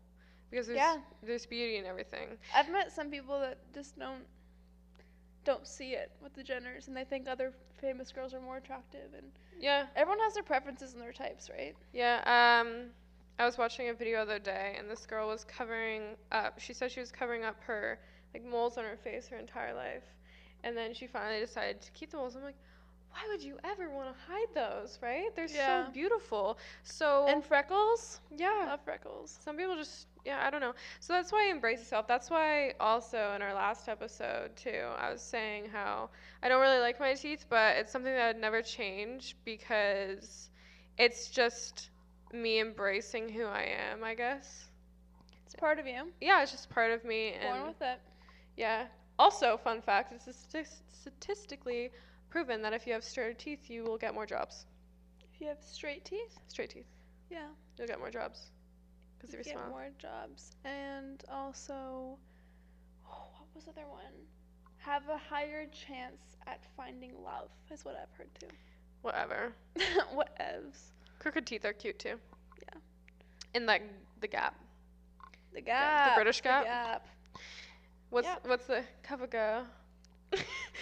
S1: because there's
S2: Yeah.
S1: there's beauty in everything.
S2: i've met some people that just don't don't see it with the jenners and they think other famous girls are more attractive and
S1: Yeah,
S2: everyone has their preferences and their types right
S1: yeah. Um, I was watching a video the other day, and this girl was covering up. She said she was covering up her like moles on her face her entire life, and then she finally decided to keep the moles. I'm like. Why would you ever want to hide those, right? They're
S2: Yeah.
S1: so beautiful. So
S2: and freckles i
S1: yeah,
S2: love freckles
S1: Some people just, yeah, I don't know. So that's why embrace yourself. That's why also in our last episode, too, I was saying how I don't really like my teeth, but it's something that I'd never change because it's just me embracing who I am, I guess.
S2: it's part of you
S1: Yeah, it's just part of me. And
S2: born with it
S1: yeah. Also, fun fact it's statis- statistically proven that if you have straight teeth, you will get more jobs.
S2: if you have straight teeth
S1: Straight teeth,
S2: yeah
S1: you'll get more jobs. 'Cause because of your
S2: get
S1: smile.
S2: more jobs and also oh, what was the other one have a higher chance at finding love is what i've heard too
S1: Whatever.
S2: what evs
S1: Crooked teeth are cute too.
S2: Yeah.
S1: And like the gap.
S2: the
S1: Yeah,
S2: gap
S1: the British gap.
S2: the gap
S1: What's
S2: Yep.
S1: what's the cover girl?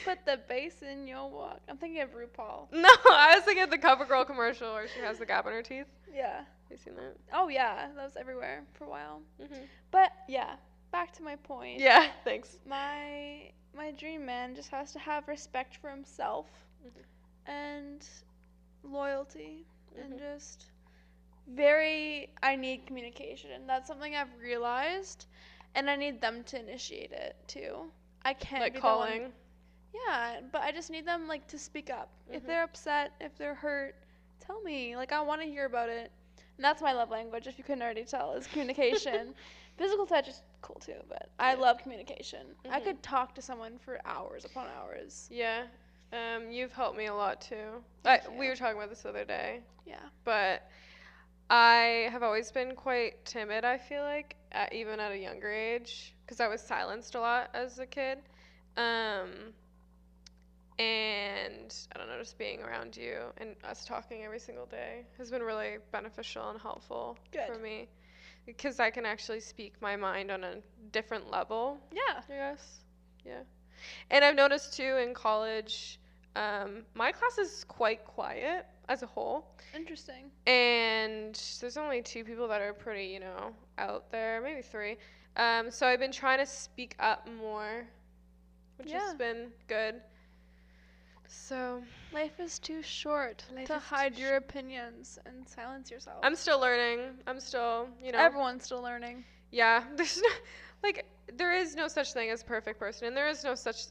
S2: put the bass in your walk i'm thinking of rupaul
S1: no, I was thinking of the cover girl commercial where she has the gap in her teeth.
S2: yeah
S1: Have you seen that?
S2: oh yeah that was everywhere for a while
S1: Mm-hmm.
S2: but yeah back to my point
S1: Yeah. Thanks.
S2: my my dream man just has to have respect for himself
S1: Mhm.
S2: and loyalty and
S1: Mhm.
S2: just very I need communication. That's something I've realized and I need them to initiate it too. I can't
S1: Like
S2: be the one-
S1: calling.
S2: Yeah, but I just need them like to speak up. If
S1: Mhm.
S2: they're upset, if they're hurt, tell me. Like I want to hear about it. And that's my love language if you couldn't already tell is communication. Physical touch is cool too, but I
S1: Yeah.
S2: love communication. I
S1: Mhm.
S2: could talk to someone for hours upon hours.
S1: Yeah. Um, you've helped me a lot too. I,
S2: Thank
S1: we
S2: you.
S1: were talking about this the other day,
S2: Yeah.
S1: but I have always been quite timid. I feel like, at, even at a younger age, because I was silenced a lot as a kid. Um, and I don't know, just being around you and us talking every single day has been really beneficial and helpful
S2: Good.
S1: for me, because I can actually speak my mind on a different level.
S2: Yeah.
S1: I guess. Yeah. And I've noticed too in college, um, my class is quite quiet as a whole.
S2: Interesting.
S1: And there's only two people that are pretty, you know, out there, maybe three. Um, so I've been trying to speak up more, which has
S2: Yeah.
S1: been good. So
S2: Life is too short
S1: Life
S2: to
S1: is too
S2: hide your opinions and silence yourself.
S1: I'm still learning. I'm still, you know.
S2: Everyone's still learning.
S1: Yeah, there's no, like there is no such thing as a perfect person, and there is no such.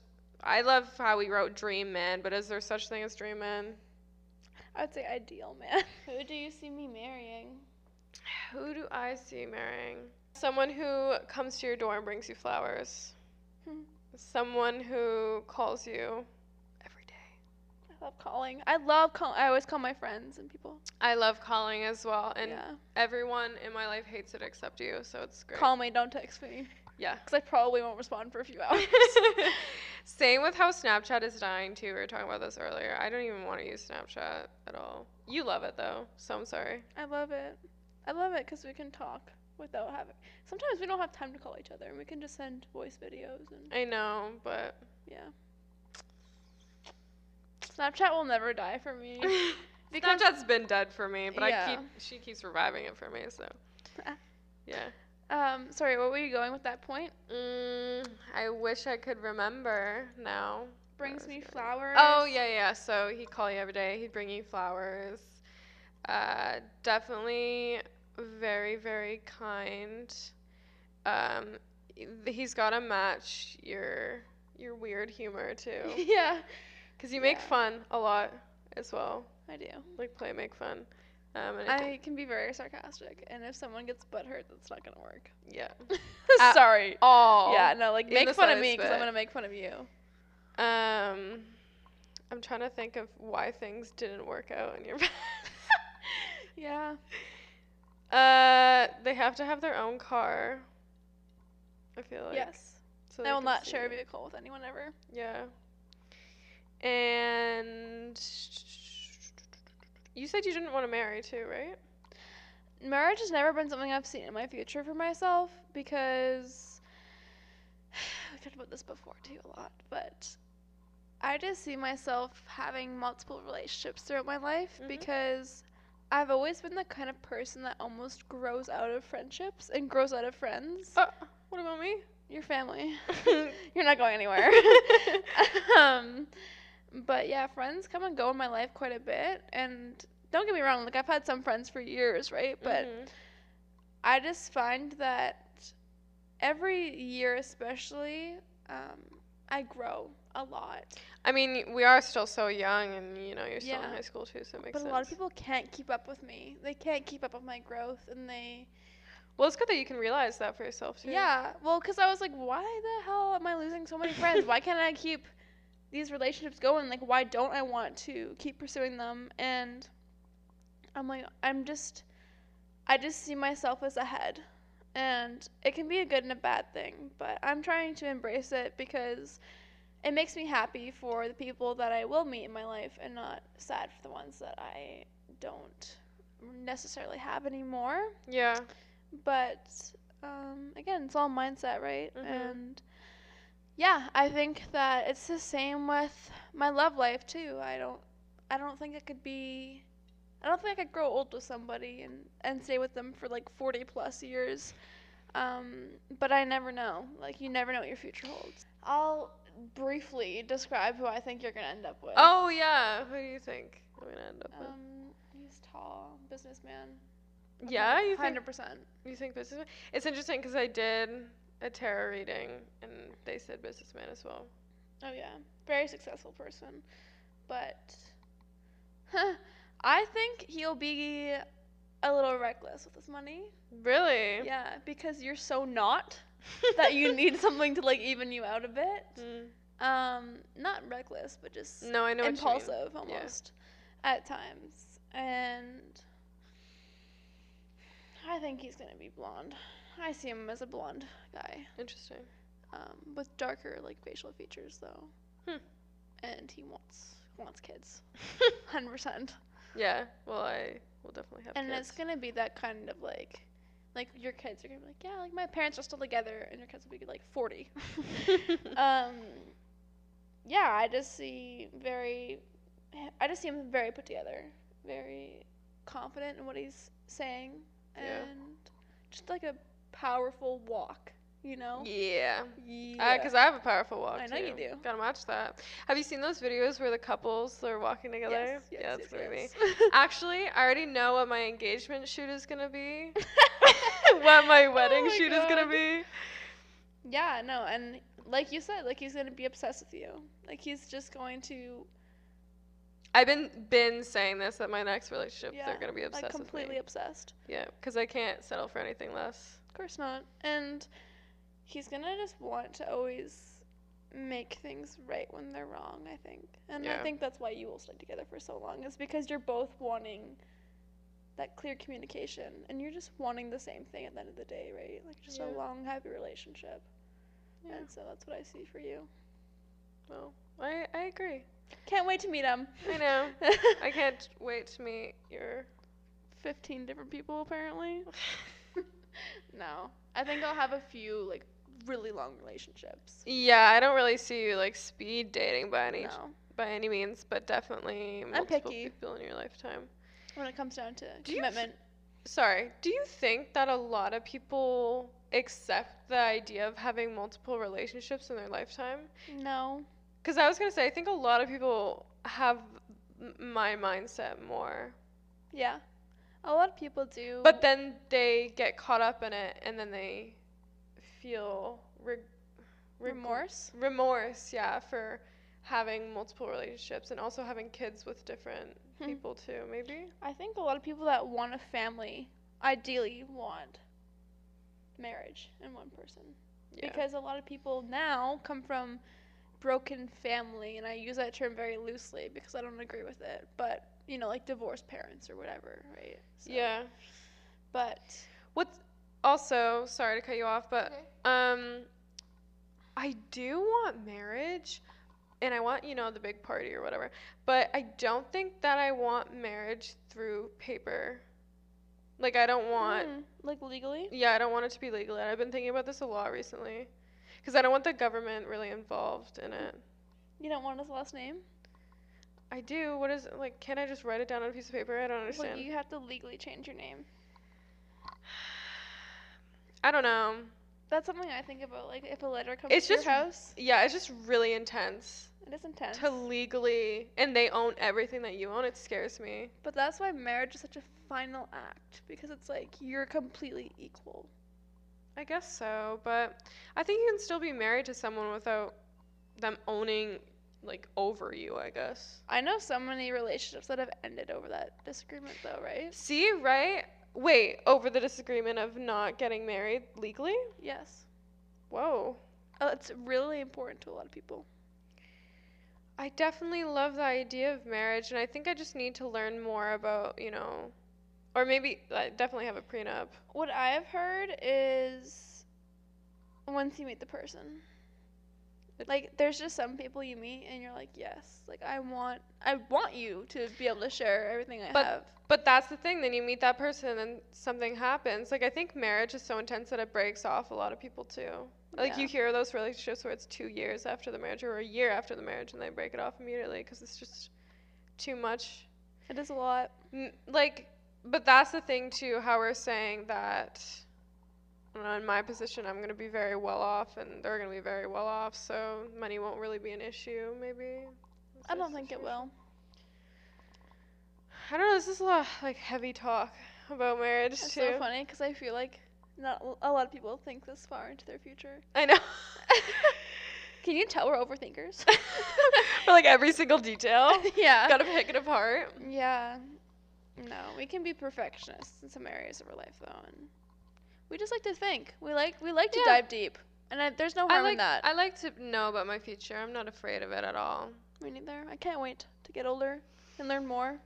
S1: I love how we wrote dream man, but is there such thing as dream man?
S2: I would say ideal man. Who do you see me marrying?
S1: Who do I see marrying? Someone who comes to your door and brings you flowers.
S2: Hmm.
S1: Someone who calls you every day.
S2: I love calling. I love call. I always call my friends and people.
S1: I love calling as well, and
S2: yeah.
S1: everyone in my life hates it except you, so it's great.
S2: Call me, don't text me.
S1: Yeah.
S2: Because I probably won't respond for a few hours.
S1: Same with how Snapchat is dying too. We were talking about this earlier. I don't even want to use Snapchat at all. You love it though, so I'm sorry.
S2: I love it. I love it because we can talk without having. Sometimes we don't have time to call each other, and we can just send voice videos and
S1: I know, but
S2: yeah. Snapchat will never die for me. Because-
S1: Snapchat's been dead for me, but I
S2: Yeah.
S1: keep she keeps reviving it for me, so yeah.
S2: Um, sorry, where were you going with that point?
S1: Mm, I wish I could remember now.
S2: Brings
S1: was
S2: me
S1: going.
S2: flowers.
S1: Oh yeah, yeah. So he'd call you every day. He'd bring you flowers. Uh, definitely very, very kind. Um, he's got to match your your weird humor too,
S2: yeah,
S1: because you make
S2: Yeah.
S1: fun a lot as well.
S2: I do.
S1: Like play make fun. Um, and I think-
S2: I can be very sarcastic, and if someone gets butthurt, that's not gonna work.
S1: yeah. Uh,
S2: sorry.
S1: Oh
S2: yeah, no, like
S1: in
S2: make
S1: the
S2: fun of
S1: slightest
S2: me because I'm
S1: bit.
S2: gonna make fun of you.
S1: Um, I'm trying to think of why things didn't work out in your
S2: Yeah.
S1: Uh, they have to have their own car. I feel like.
S2: yes.
S1: So
S2: I
S1: they
S2: will
S1: can
S2: not
S1: see
S2: share a
S1: you.
S2: vehicle with anyone ever.
S1: Yeah. And you said you didn't want to marry too, right?
S2: marriage has never been something I've seen in my future for myself because we talked about this before too a lot, but I just see myself having multiple relationships throughout my life
S1: Mhm.
S2: because I've always been the kind of person that almost grows out of friendships and grows out of friends.
S1: Oh, what about me?
S2: Your family, you're not going anywhere. um, but yeah, friends come and go in my life quite a bit, and don't get me wrong, like I've had some friends for years, right? But
S1: Mhm.
S2: I just find that every year, especially, um, I grow a lot.
S1: I mean, we are still so young, and you know, you're still in
S2: Yeah.
S1: high school too, so it makes
S2: but
S1: sense.
S2: a lot of people can't keep up with me. They can't keep up with my growth, and they
S1: Well, it's good that you can realize that for yourself too.
S2: yeah. Well, because I was like, why the hell am I losing so many friends? why can't I keep these relationships going? Like, why don't I want to keep pursuing them? And I'm like, I'm just. I just see myself as ahead. And it can be a good and a bad thing, but I'm trying to embrace it because it makes me happy for the people that I will meet in my life and not sad for the ones that I don't necessarily have anymore.
S1: Yeah.
S2: But um, again, it's all mindset, right?
S1: Mhm.
S2: And yeah, I think that it's the same with my love life too. I don't, I don't think it could be, I don't think I could grow old with somebody and and stay with them for like forty plus years. Um, but I never know. Like you never know what your future holds. I'll briefly describe who I think you're gonna end up with.
S1: Oh yeah. Who do you think I'm gonna end up
S2: Um, he's tall, businessman.
S1: with? Yeah, you think
S2: hundred percent.
S1: you think businessman? It's interesting because I did a tarot reading and they said businessman as well.
S2: Oh yeah, very successful person, but I think he'll be a little reckless with his money.
S1: Really?
S2: Yeah, because you're so not that you need something to like even you out a bit.
S1: Mm.
S2: Um, not reckless, but just
S1: No, I know what
S2: impulsive almost at times. And I think he's gonna be blonde. I see him as a blonde guy
S1: you mean. Interesting.
S2: um, with darker like facial features though.
S1: Hmm.
S2: And he wants wants kids, hundred percent.
S1: Yeah. Well, I will definitely have.
S2: And
S1: kids.
S2: it's gonna be that kind of like, like your kids are gonna be like, yeah, like my parents are still together, and your kids will be like forty. um, yeah, I just see very, I just see him very put together, very confident in what he's saying, and
S1: Yeah.
S2: just like a powerful walk, you know.
S1: yeah.
S2: Oh. Yeah.
S1: Because I have a powerful walk.
S2: I know
S1: too.
S2: you do.
S1: Gotta watch that. Have you seen those videos where the couples are walking together?
S2: Yes, yes,
S1: yeah, it's gonna
S2: yes,
S1: be.
S2: yes.
S1: Actually, I already know what my engagement shoot is gonna be. what my wedding
S2: Oh my
S1: shoot is gonna
S2: God.
S1: be.
S2: Yeah, no, and like you said, like he's gonna be obsessed with you. Like he's just going to
S1: I've been been saying this that my next relationship
S2: Yeah,
S1: they're gonna be obsessed
S2: like completely
S1: with me.
S2: obsessed.
S1: Yeah, because I can't settle for anything less.
S2: Of course not. And he's gonna just want to always make things right when they're wrong, I think. And I
S1: Yeah.
S2: think that's why you will stay together for so long, is because you're both wanting that clear communication and you're just wanting the same thing at the end of the day, right? Like just
S1: Yeah.
S2: a long, happy relationship.
S1: Yeah.
S2: And so that's what I see for you.
S1: Well, I I agree.
S2: Can't wait to meet him.
S1: I know. I can't wait to meet your.
S2: 15 different people apparently. no. I think I'll have a few like really long relationships.
S1: Yeah, I don't really see you like speed dating by any
S2: No.
S1: by any means, but definitely multiple
S2: picky.
S1: people in your lifetime.
S2: When it comes down to
S1: Do you f-
S2: commitment.
S1: Sorry, do you think that a lot of people accept the idea of having multiple relationships in their lifetime?
S2: no.
S1: Because I was gonna say, I think a lot of people have m- my mindset more,
S2: Yeah. A lot of people do.
S1: but then they get caught up in it, and then they feel reg- reg-
S2: remorse?
S1: Remorse, yeah, for having multiple relationships and also having kids with different
S2: Hmm.
S1: people too, maybe.
S2: I think a lot of people that want a family ideally want marriage in one person.
S1: Yeah.
S2: Because a lot of people now come from broken family and I use that term very loosely because I don't agree with it. But, you know, like divorced parents or whatever, right? So-
S1: yeah.
S2: But
S1: What's also sorry to cut you off, but um, I do want marriage, and I want you know the big party or whatever. But I don't think that I want marriage through paper. Like I don't want.
S2: Mm, like legally?
S1: Yeah, I don't want it to be legal. And I've been thinking about this a lot recently, because I don't want the government really involved in it.
S2: You don't want his last name?
S1: I do. What is like? Can't I just write it down on a piece of paper? I don't
S2: Like
S1: understand.
S2: you have to legally change your name.
S1: I don't know.
S2: That's something I think about. Like if a letter comes
S1: It's
S2: to
S1: just-
S2: your house,
S1: Yeah, it's just really intense.
S2: it is intense.
S1: to legally and they own everything that you own it scares me
S2: but that's why marriage is such a final act because it's like you're completely equal.
S1: i guess so but i think you can still be married to someone without them owning like over you i guess
S2: I know so many relationships that have ended over that disagreement though, right?
S1: see right wait over the disagreement of not getting married legally
S2: Yes.
S1: whoa
S2: Oh, it's really important to a lot of people.
S1: i definitely love the idea of marriage and i think i just need to learn more about you know Or maybe like, definitely have a prenup.
S2: What I have heard is once you meet the person. Like there's just some people you meet and you're like, Yes, like I want I want you to be able to share everything I
S1: But-
S2: have.
S1: But that's the thing. Then you meet that person, and something happens. Like I think marriage is so intense that it breaks off a lot of people too. Like
S2: Yeah.
S1: you hear those relationships where it's two years after the marriage or a year after the marriage, and they break it off immediately because it's just too much.
S2: It is a lot.
S1: N- Like, but that's the thing too. How we're saying that. I don't know, in my position, I'm gonna be very well off, and they're gonna be very well off, so money won't really be an issue. Maybe. Is
S2: I
S1: that
S2: don't think it
S1: situation?
S2: will.
S1: I don't know. This is a lot like heavy talk about marriage
S2: It's
S1: too.
S2: so funny because I feel like not a lot of people think this far into their future.
S1: I know.
S2: Can you tell we're overthinkers?
S1: For like every single detail.
S2: yeah.
S1: Gotta pick it apart.
S2: Yeah. No, we can be perfectionists in some areas of our life though, and we just like to think. We like we like to
S1: Yeah.
S2: dive deep, and I, there's no harm
S1: I like
S2: in that.
S1: I like to know about my future. I'm not afraid of it at all.
S2: Me neither. I can't wait to get older and learn more.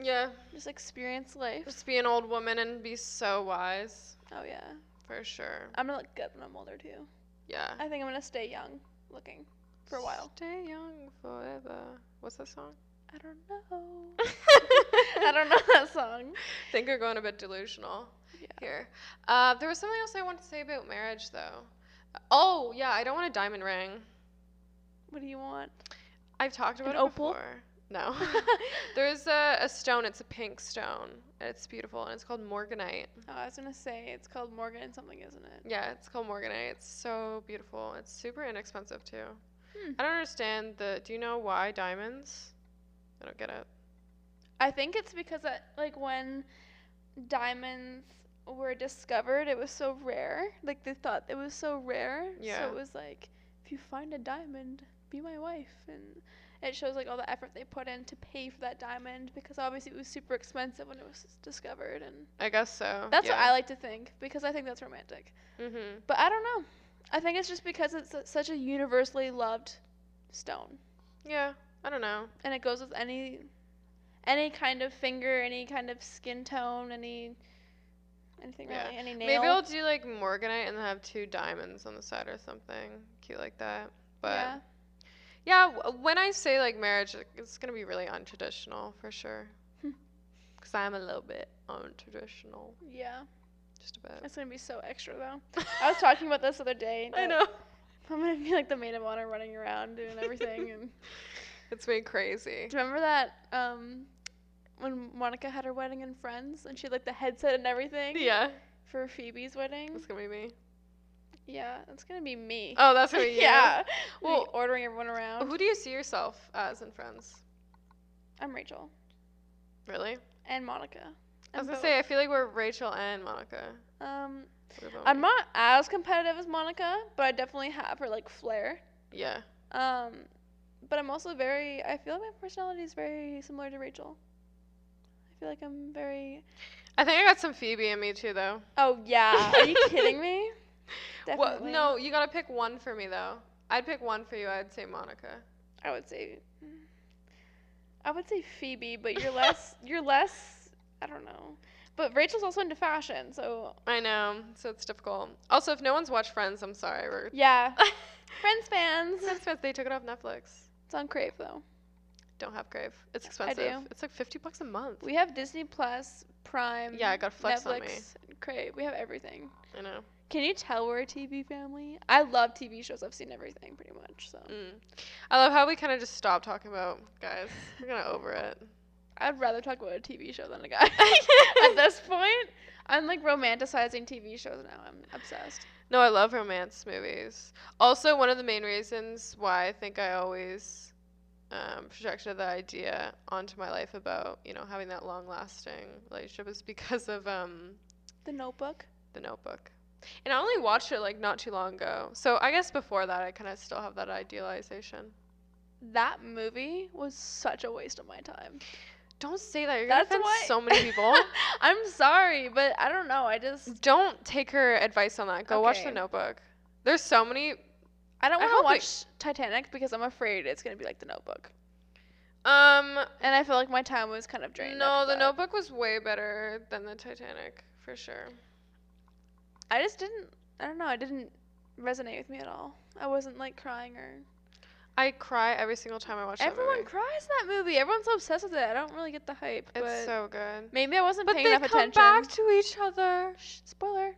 S1: Yeah.
S2: Just experience life.
S1: Just be an old woman and be so wise.
S2: Oh yeah,
S1: For sure.
S2: I'm gonna look good when I'm older too.
S1: Yeah.
S2: I think I'm gonna stay young looking for a while.
S1: Stay young forever. What's that song?
S2: I don't know. I
S1: I
S2: don't know that song.
S1: think we're going a bit delusional
S2: Yeah.
S1: here. Uh, there was something else I wanted to say about marriage though. Oh yeah, I don't want a diamond ring.
S2: What do you want?
S1: I've talked about
S2: An
S1: it
S2: opal?
S1: before. No. There's a, a stone. It's a pink stone. It's beautiful, and it's called morganite.
S2: Oh, I was gonna say it's called Morgan and something, isn't it?
S1: Yeah, it's called morganite. It's so beautiful. It's super inexpensive too.
S2: Hmm.
S1: I don't understand the. Do you know why diamonds? I don't get it.
S2: I think it's because that, like when diamonds were discovered, it was so rare. Like they thought it was so rare.
S1: Yeah.
S2: So it was like, if you find a diamond, be my wife, and it shows like all the effort they put in to pay for that diamond because obviously it was super expensive when it was discovered, and
S1: I guess so.
S2: that's what I like to think because I think that's romantic.
S1: Mm-hmm.
S2: But I don't know. I think it's just because it's su- such a universally loved stone,
S1: Yeah. I don't know.
S2: and it goes with any any kind of finger, any kind of skin tone, any anything
S1: Yeah.
S2: really, any nail.
S1: Maybe I'll do like morganite and have two diamonds on the side or something cute like that. But
S2: yeah.
S1: Yeah, w- when I say like marriage, like, it's gonna be really untraditional for sure.
S2: Hmm.
S1: Cause I'm a little bit untraditional,
S2: Yeah,
S1: just a bit.
S2: it's gonna be so extra though. I was talking about this the other day.
S1: I
S2: that
S1: know
S2: I'm gonna be like the maid of honor, running around doing everything. and
S1: it's me crazy.
S2: do you remember that um, when Monica had her wedding in Friends, and she had like the headset and everything
S1: Yeah,
S2: for Phoebe's wedding?
S1: that's gonna be me.
S2: Yeah, it's gonna be me.
S1: Oh, that's gonna be you.
S2: yeah.
S1: Well,
S2: Well, ordering everyone around.
S1: Who do you see yourself as in Friends?
S2: I'm Rachel
S1: Really?
S2: and Monica.
S1: I was
S2: I'm
S1: gonna
S2: both.
S1: say I feel like we're Rachel and Monica.
S2: Um,
S1: We're both-
S2: I'm not as competitive as Monica, but I definitely have her like flair.
S1: Yeah.
S2: Um, but I'm also very. I feel like my personality is very similar to Rachel. I feel like I'm very.
S1: I think I got some Phoebe in me too, though.
S2: Oh yeah. Are you kidding me?
S1: Well,
S2: Definitely.
S1: no, you gotta pick one for me though. I'd pick one for you. I'd say Monica.
S2: I would say. I would say Phoebe, but you're less. You're less. I don't know. But Rachel's also into fashion, so
S1: I know, so it's difficult. Also, if no one's watched Friends, I'm sorry. We're
S2: yeah. Friends fans.
S1: Friends fans, they took it off Netflix.
S2: It's on Crave though.
S1: Don't have Crave. It's
S2: I do.
S1: expensive. It's like fifty bucks a month.
S2: We have Disney Plus, Prime.
S1: Yeah, I got Flex on me.
S2: Netflix, and Crave. We have everything.
S1: I know.
S2: Can you tell we're a TV family? I love TV shows. I've seen everything pretty much. So
S1: Mm. I love how we kind of just stopped talking about guys. We're kind of over it.
S2: I'd rather talk about a TV show than a guy. At this point, I'm like romanticizing TV shows now. I'm obsessed.
S1: No, I love romance movies. Also, one of the main reasons why I think I always um, projected the idea onto my life about you know having that long-lasting relationship is because of um,
S2: The Notebook.
S1: The Notebook. And I only watched it like not too long ago. So I guess before that, I kind of still have that idealization.
S2: That movie was such a waste of my time.
S1: Don't say that. You're
S2: That's
S1: gonna offend
S2: why
S1: so many people.
S2: I'm sorry, but I don't know. I just
S1: Don't take her advice on that. Go watch The
S2: Okay.
S1: Notebook. There's so many.
S2: I don't
S1: I
S2: want to
S1: hope it-
S2: watch Titanic because I'm afraid it's gonna be like The Notebook.
S1: Um,
S2: And I feel like my time was kind of drained.
S1: no,
S2: after
S1: the
S2: that.
S1: Notebook was way better than the Titanic for sure.
S2: I just didn't. I don't know. It didn't resonate with me at all. I wasn't like crying or.
S1: I cry every single time I watch
S2: Everyone
S1: that movie.
S2: cries in that movie. Everyone's so obsessed with it. I don't really get the hype. but
S1: It's so good.
S2: maybe I wasn't
S1: But
S2: paying
S1: they come
S2: enough attention.
S1: back to each other.
S2: Shh, spoiler.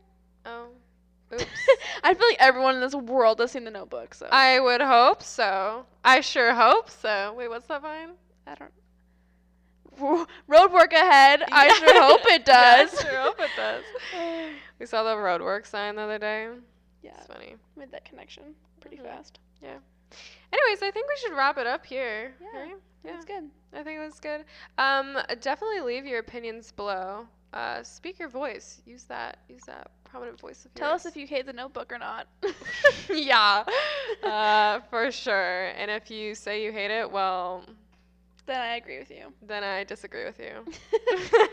S1: Oh, oops.
S2: I feel like everyone in this world has seen the Notebook. So
S1: I would hope so. I sure hope so. Wait, what's that line?
S2: I don't. Ro- Roadwork ahead. I
S1: Yeah.
S2: sure hope it
S1: Yeah,
S2: does.
S1: I sure hope it does. We saw the roadwork sign the other day.
S2: yeah,
S1: It's funny.
S2: made that connection pretty
S1: Mhm.
S2: fast.
S1: Anyways, I think we should wrap it up here.
S2: Yeah.
S1: right?
S2: Yeah. That's good.
S1: I think it was good. Um, definitely leave your opinions below. Uh, speak your voice. Use that. Use that prominent voice of
S2: Tell
S1: yours.
S2: us if you hate the Notebook or not.
S1: yeah, uh, for sure. And if you say you hate it, well,
S2: then I agree with you.
S1: then I disagree with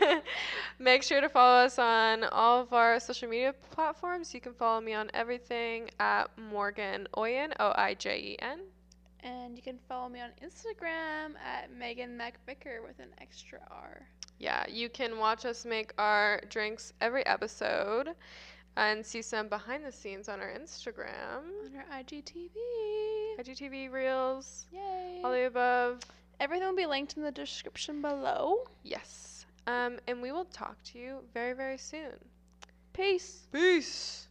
S1: you. Make sure to follow us on all of our social media platforms. You can follow me on everything at Morgan Oyen, O I J E N.
S2: And you can follow me on Instagram at Megan MacVicker with an extra R.
S1: Yeah, you can watch us make our drinks every episode and see some behind the scenes on our Instagram,
S2: On our IGTV.
S1: IGTV Reels,
S2: Yay.
S1: all the above.
S2: Everything will be linked in the description below.
S1: Yes. Um, and we will talk to you very, very soon.
S2: Peace.
S1: Peace.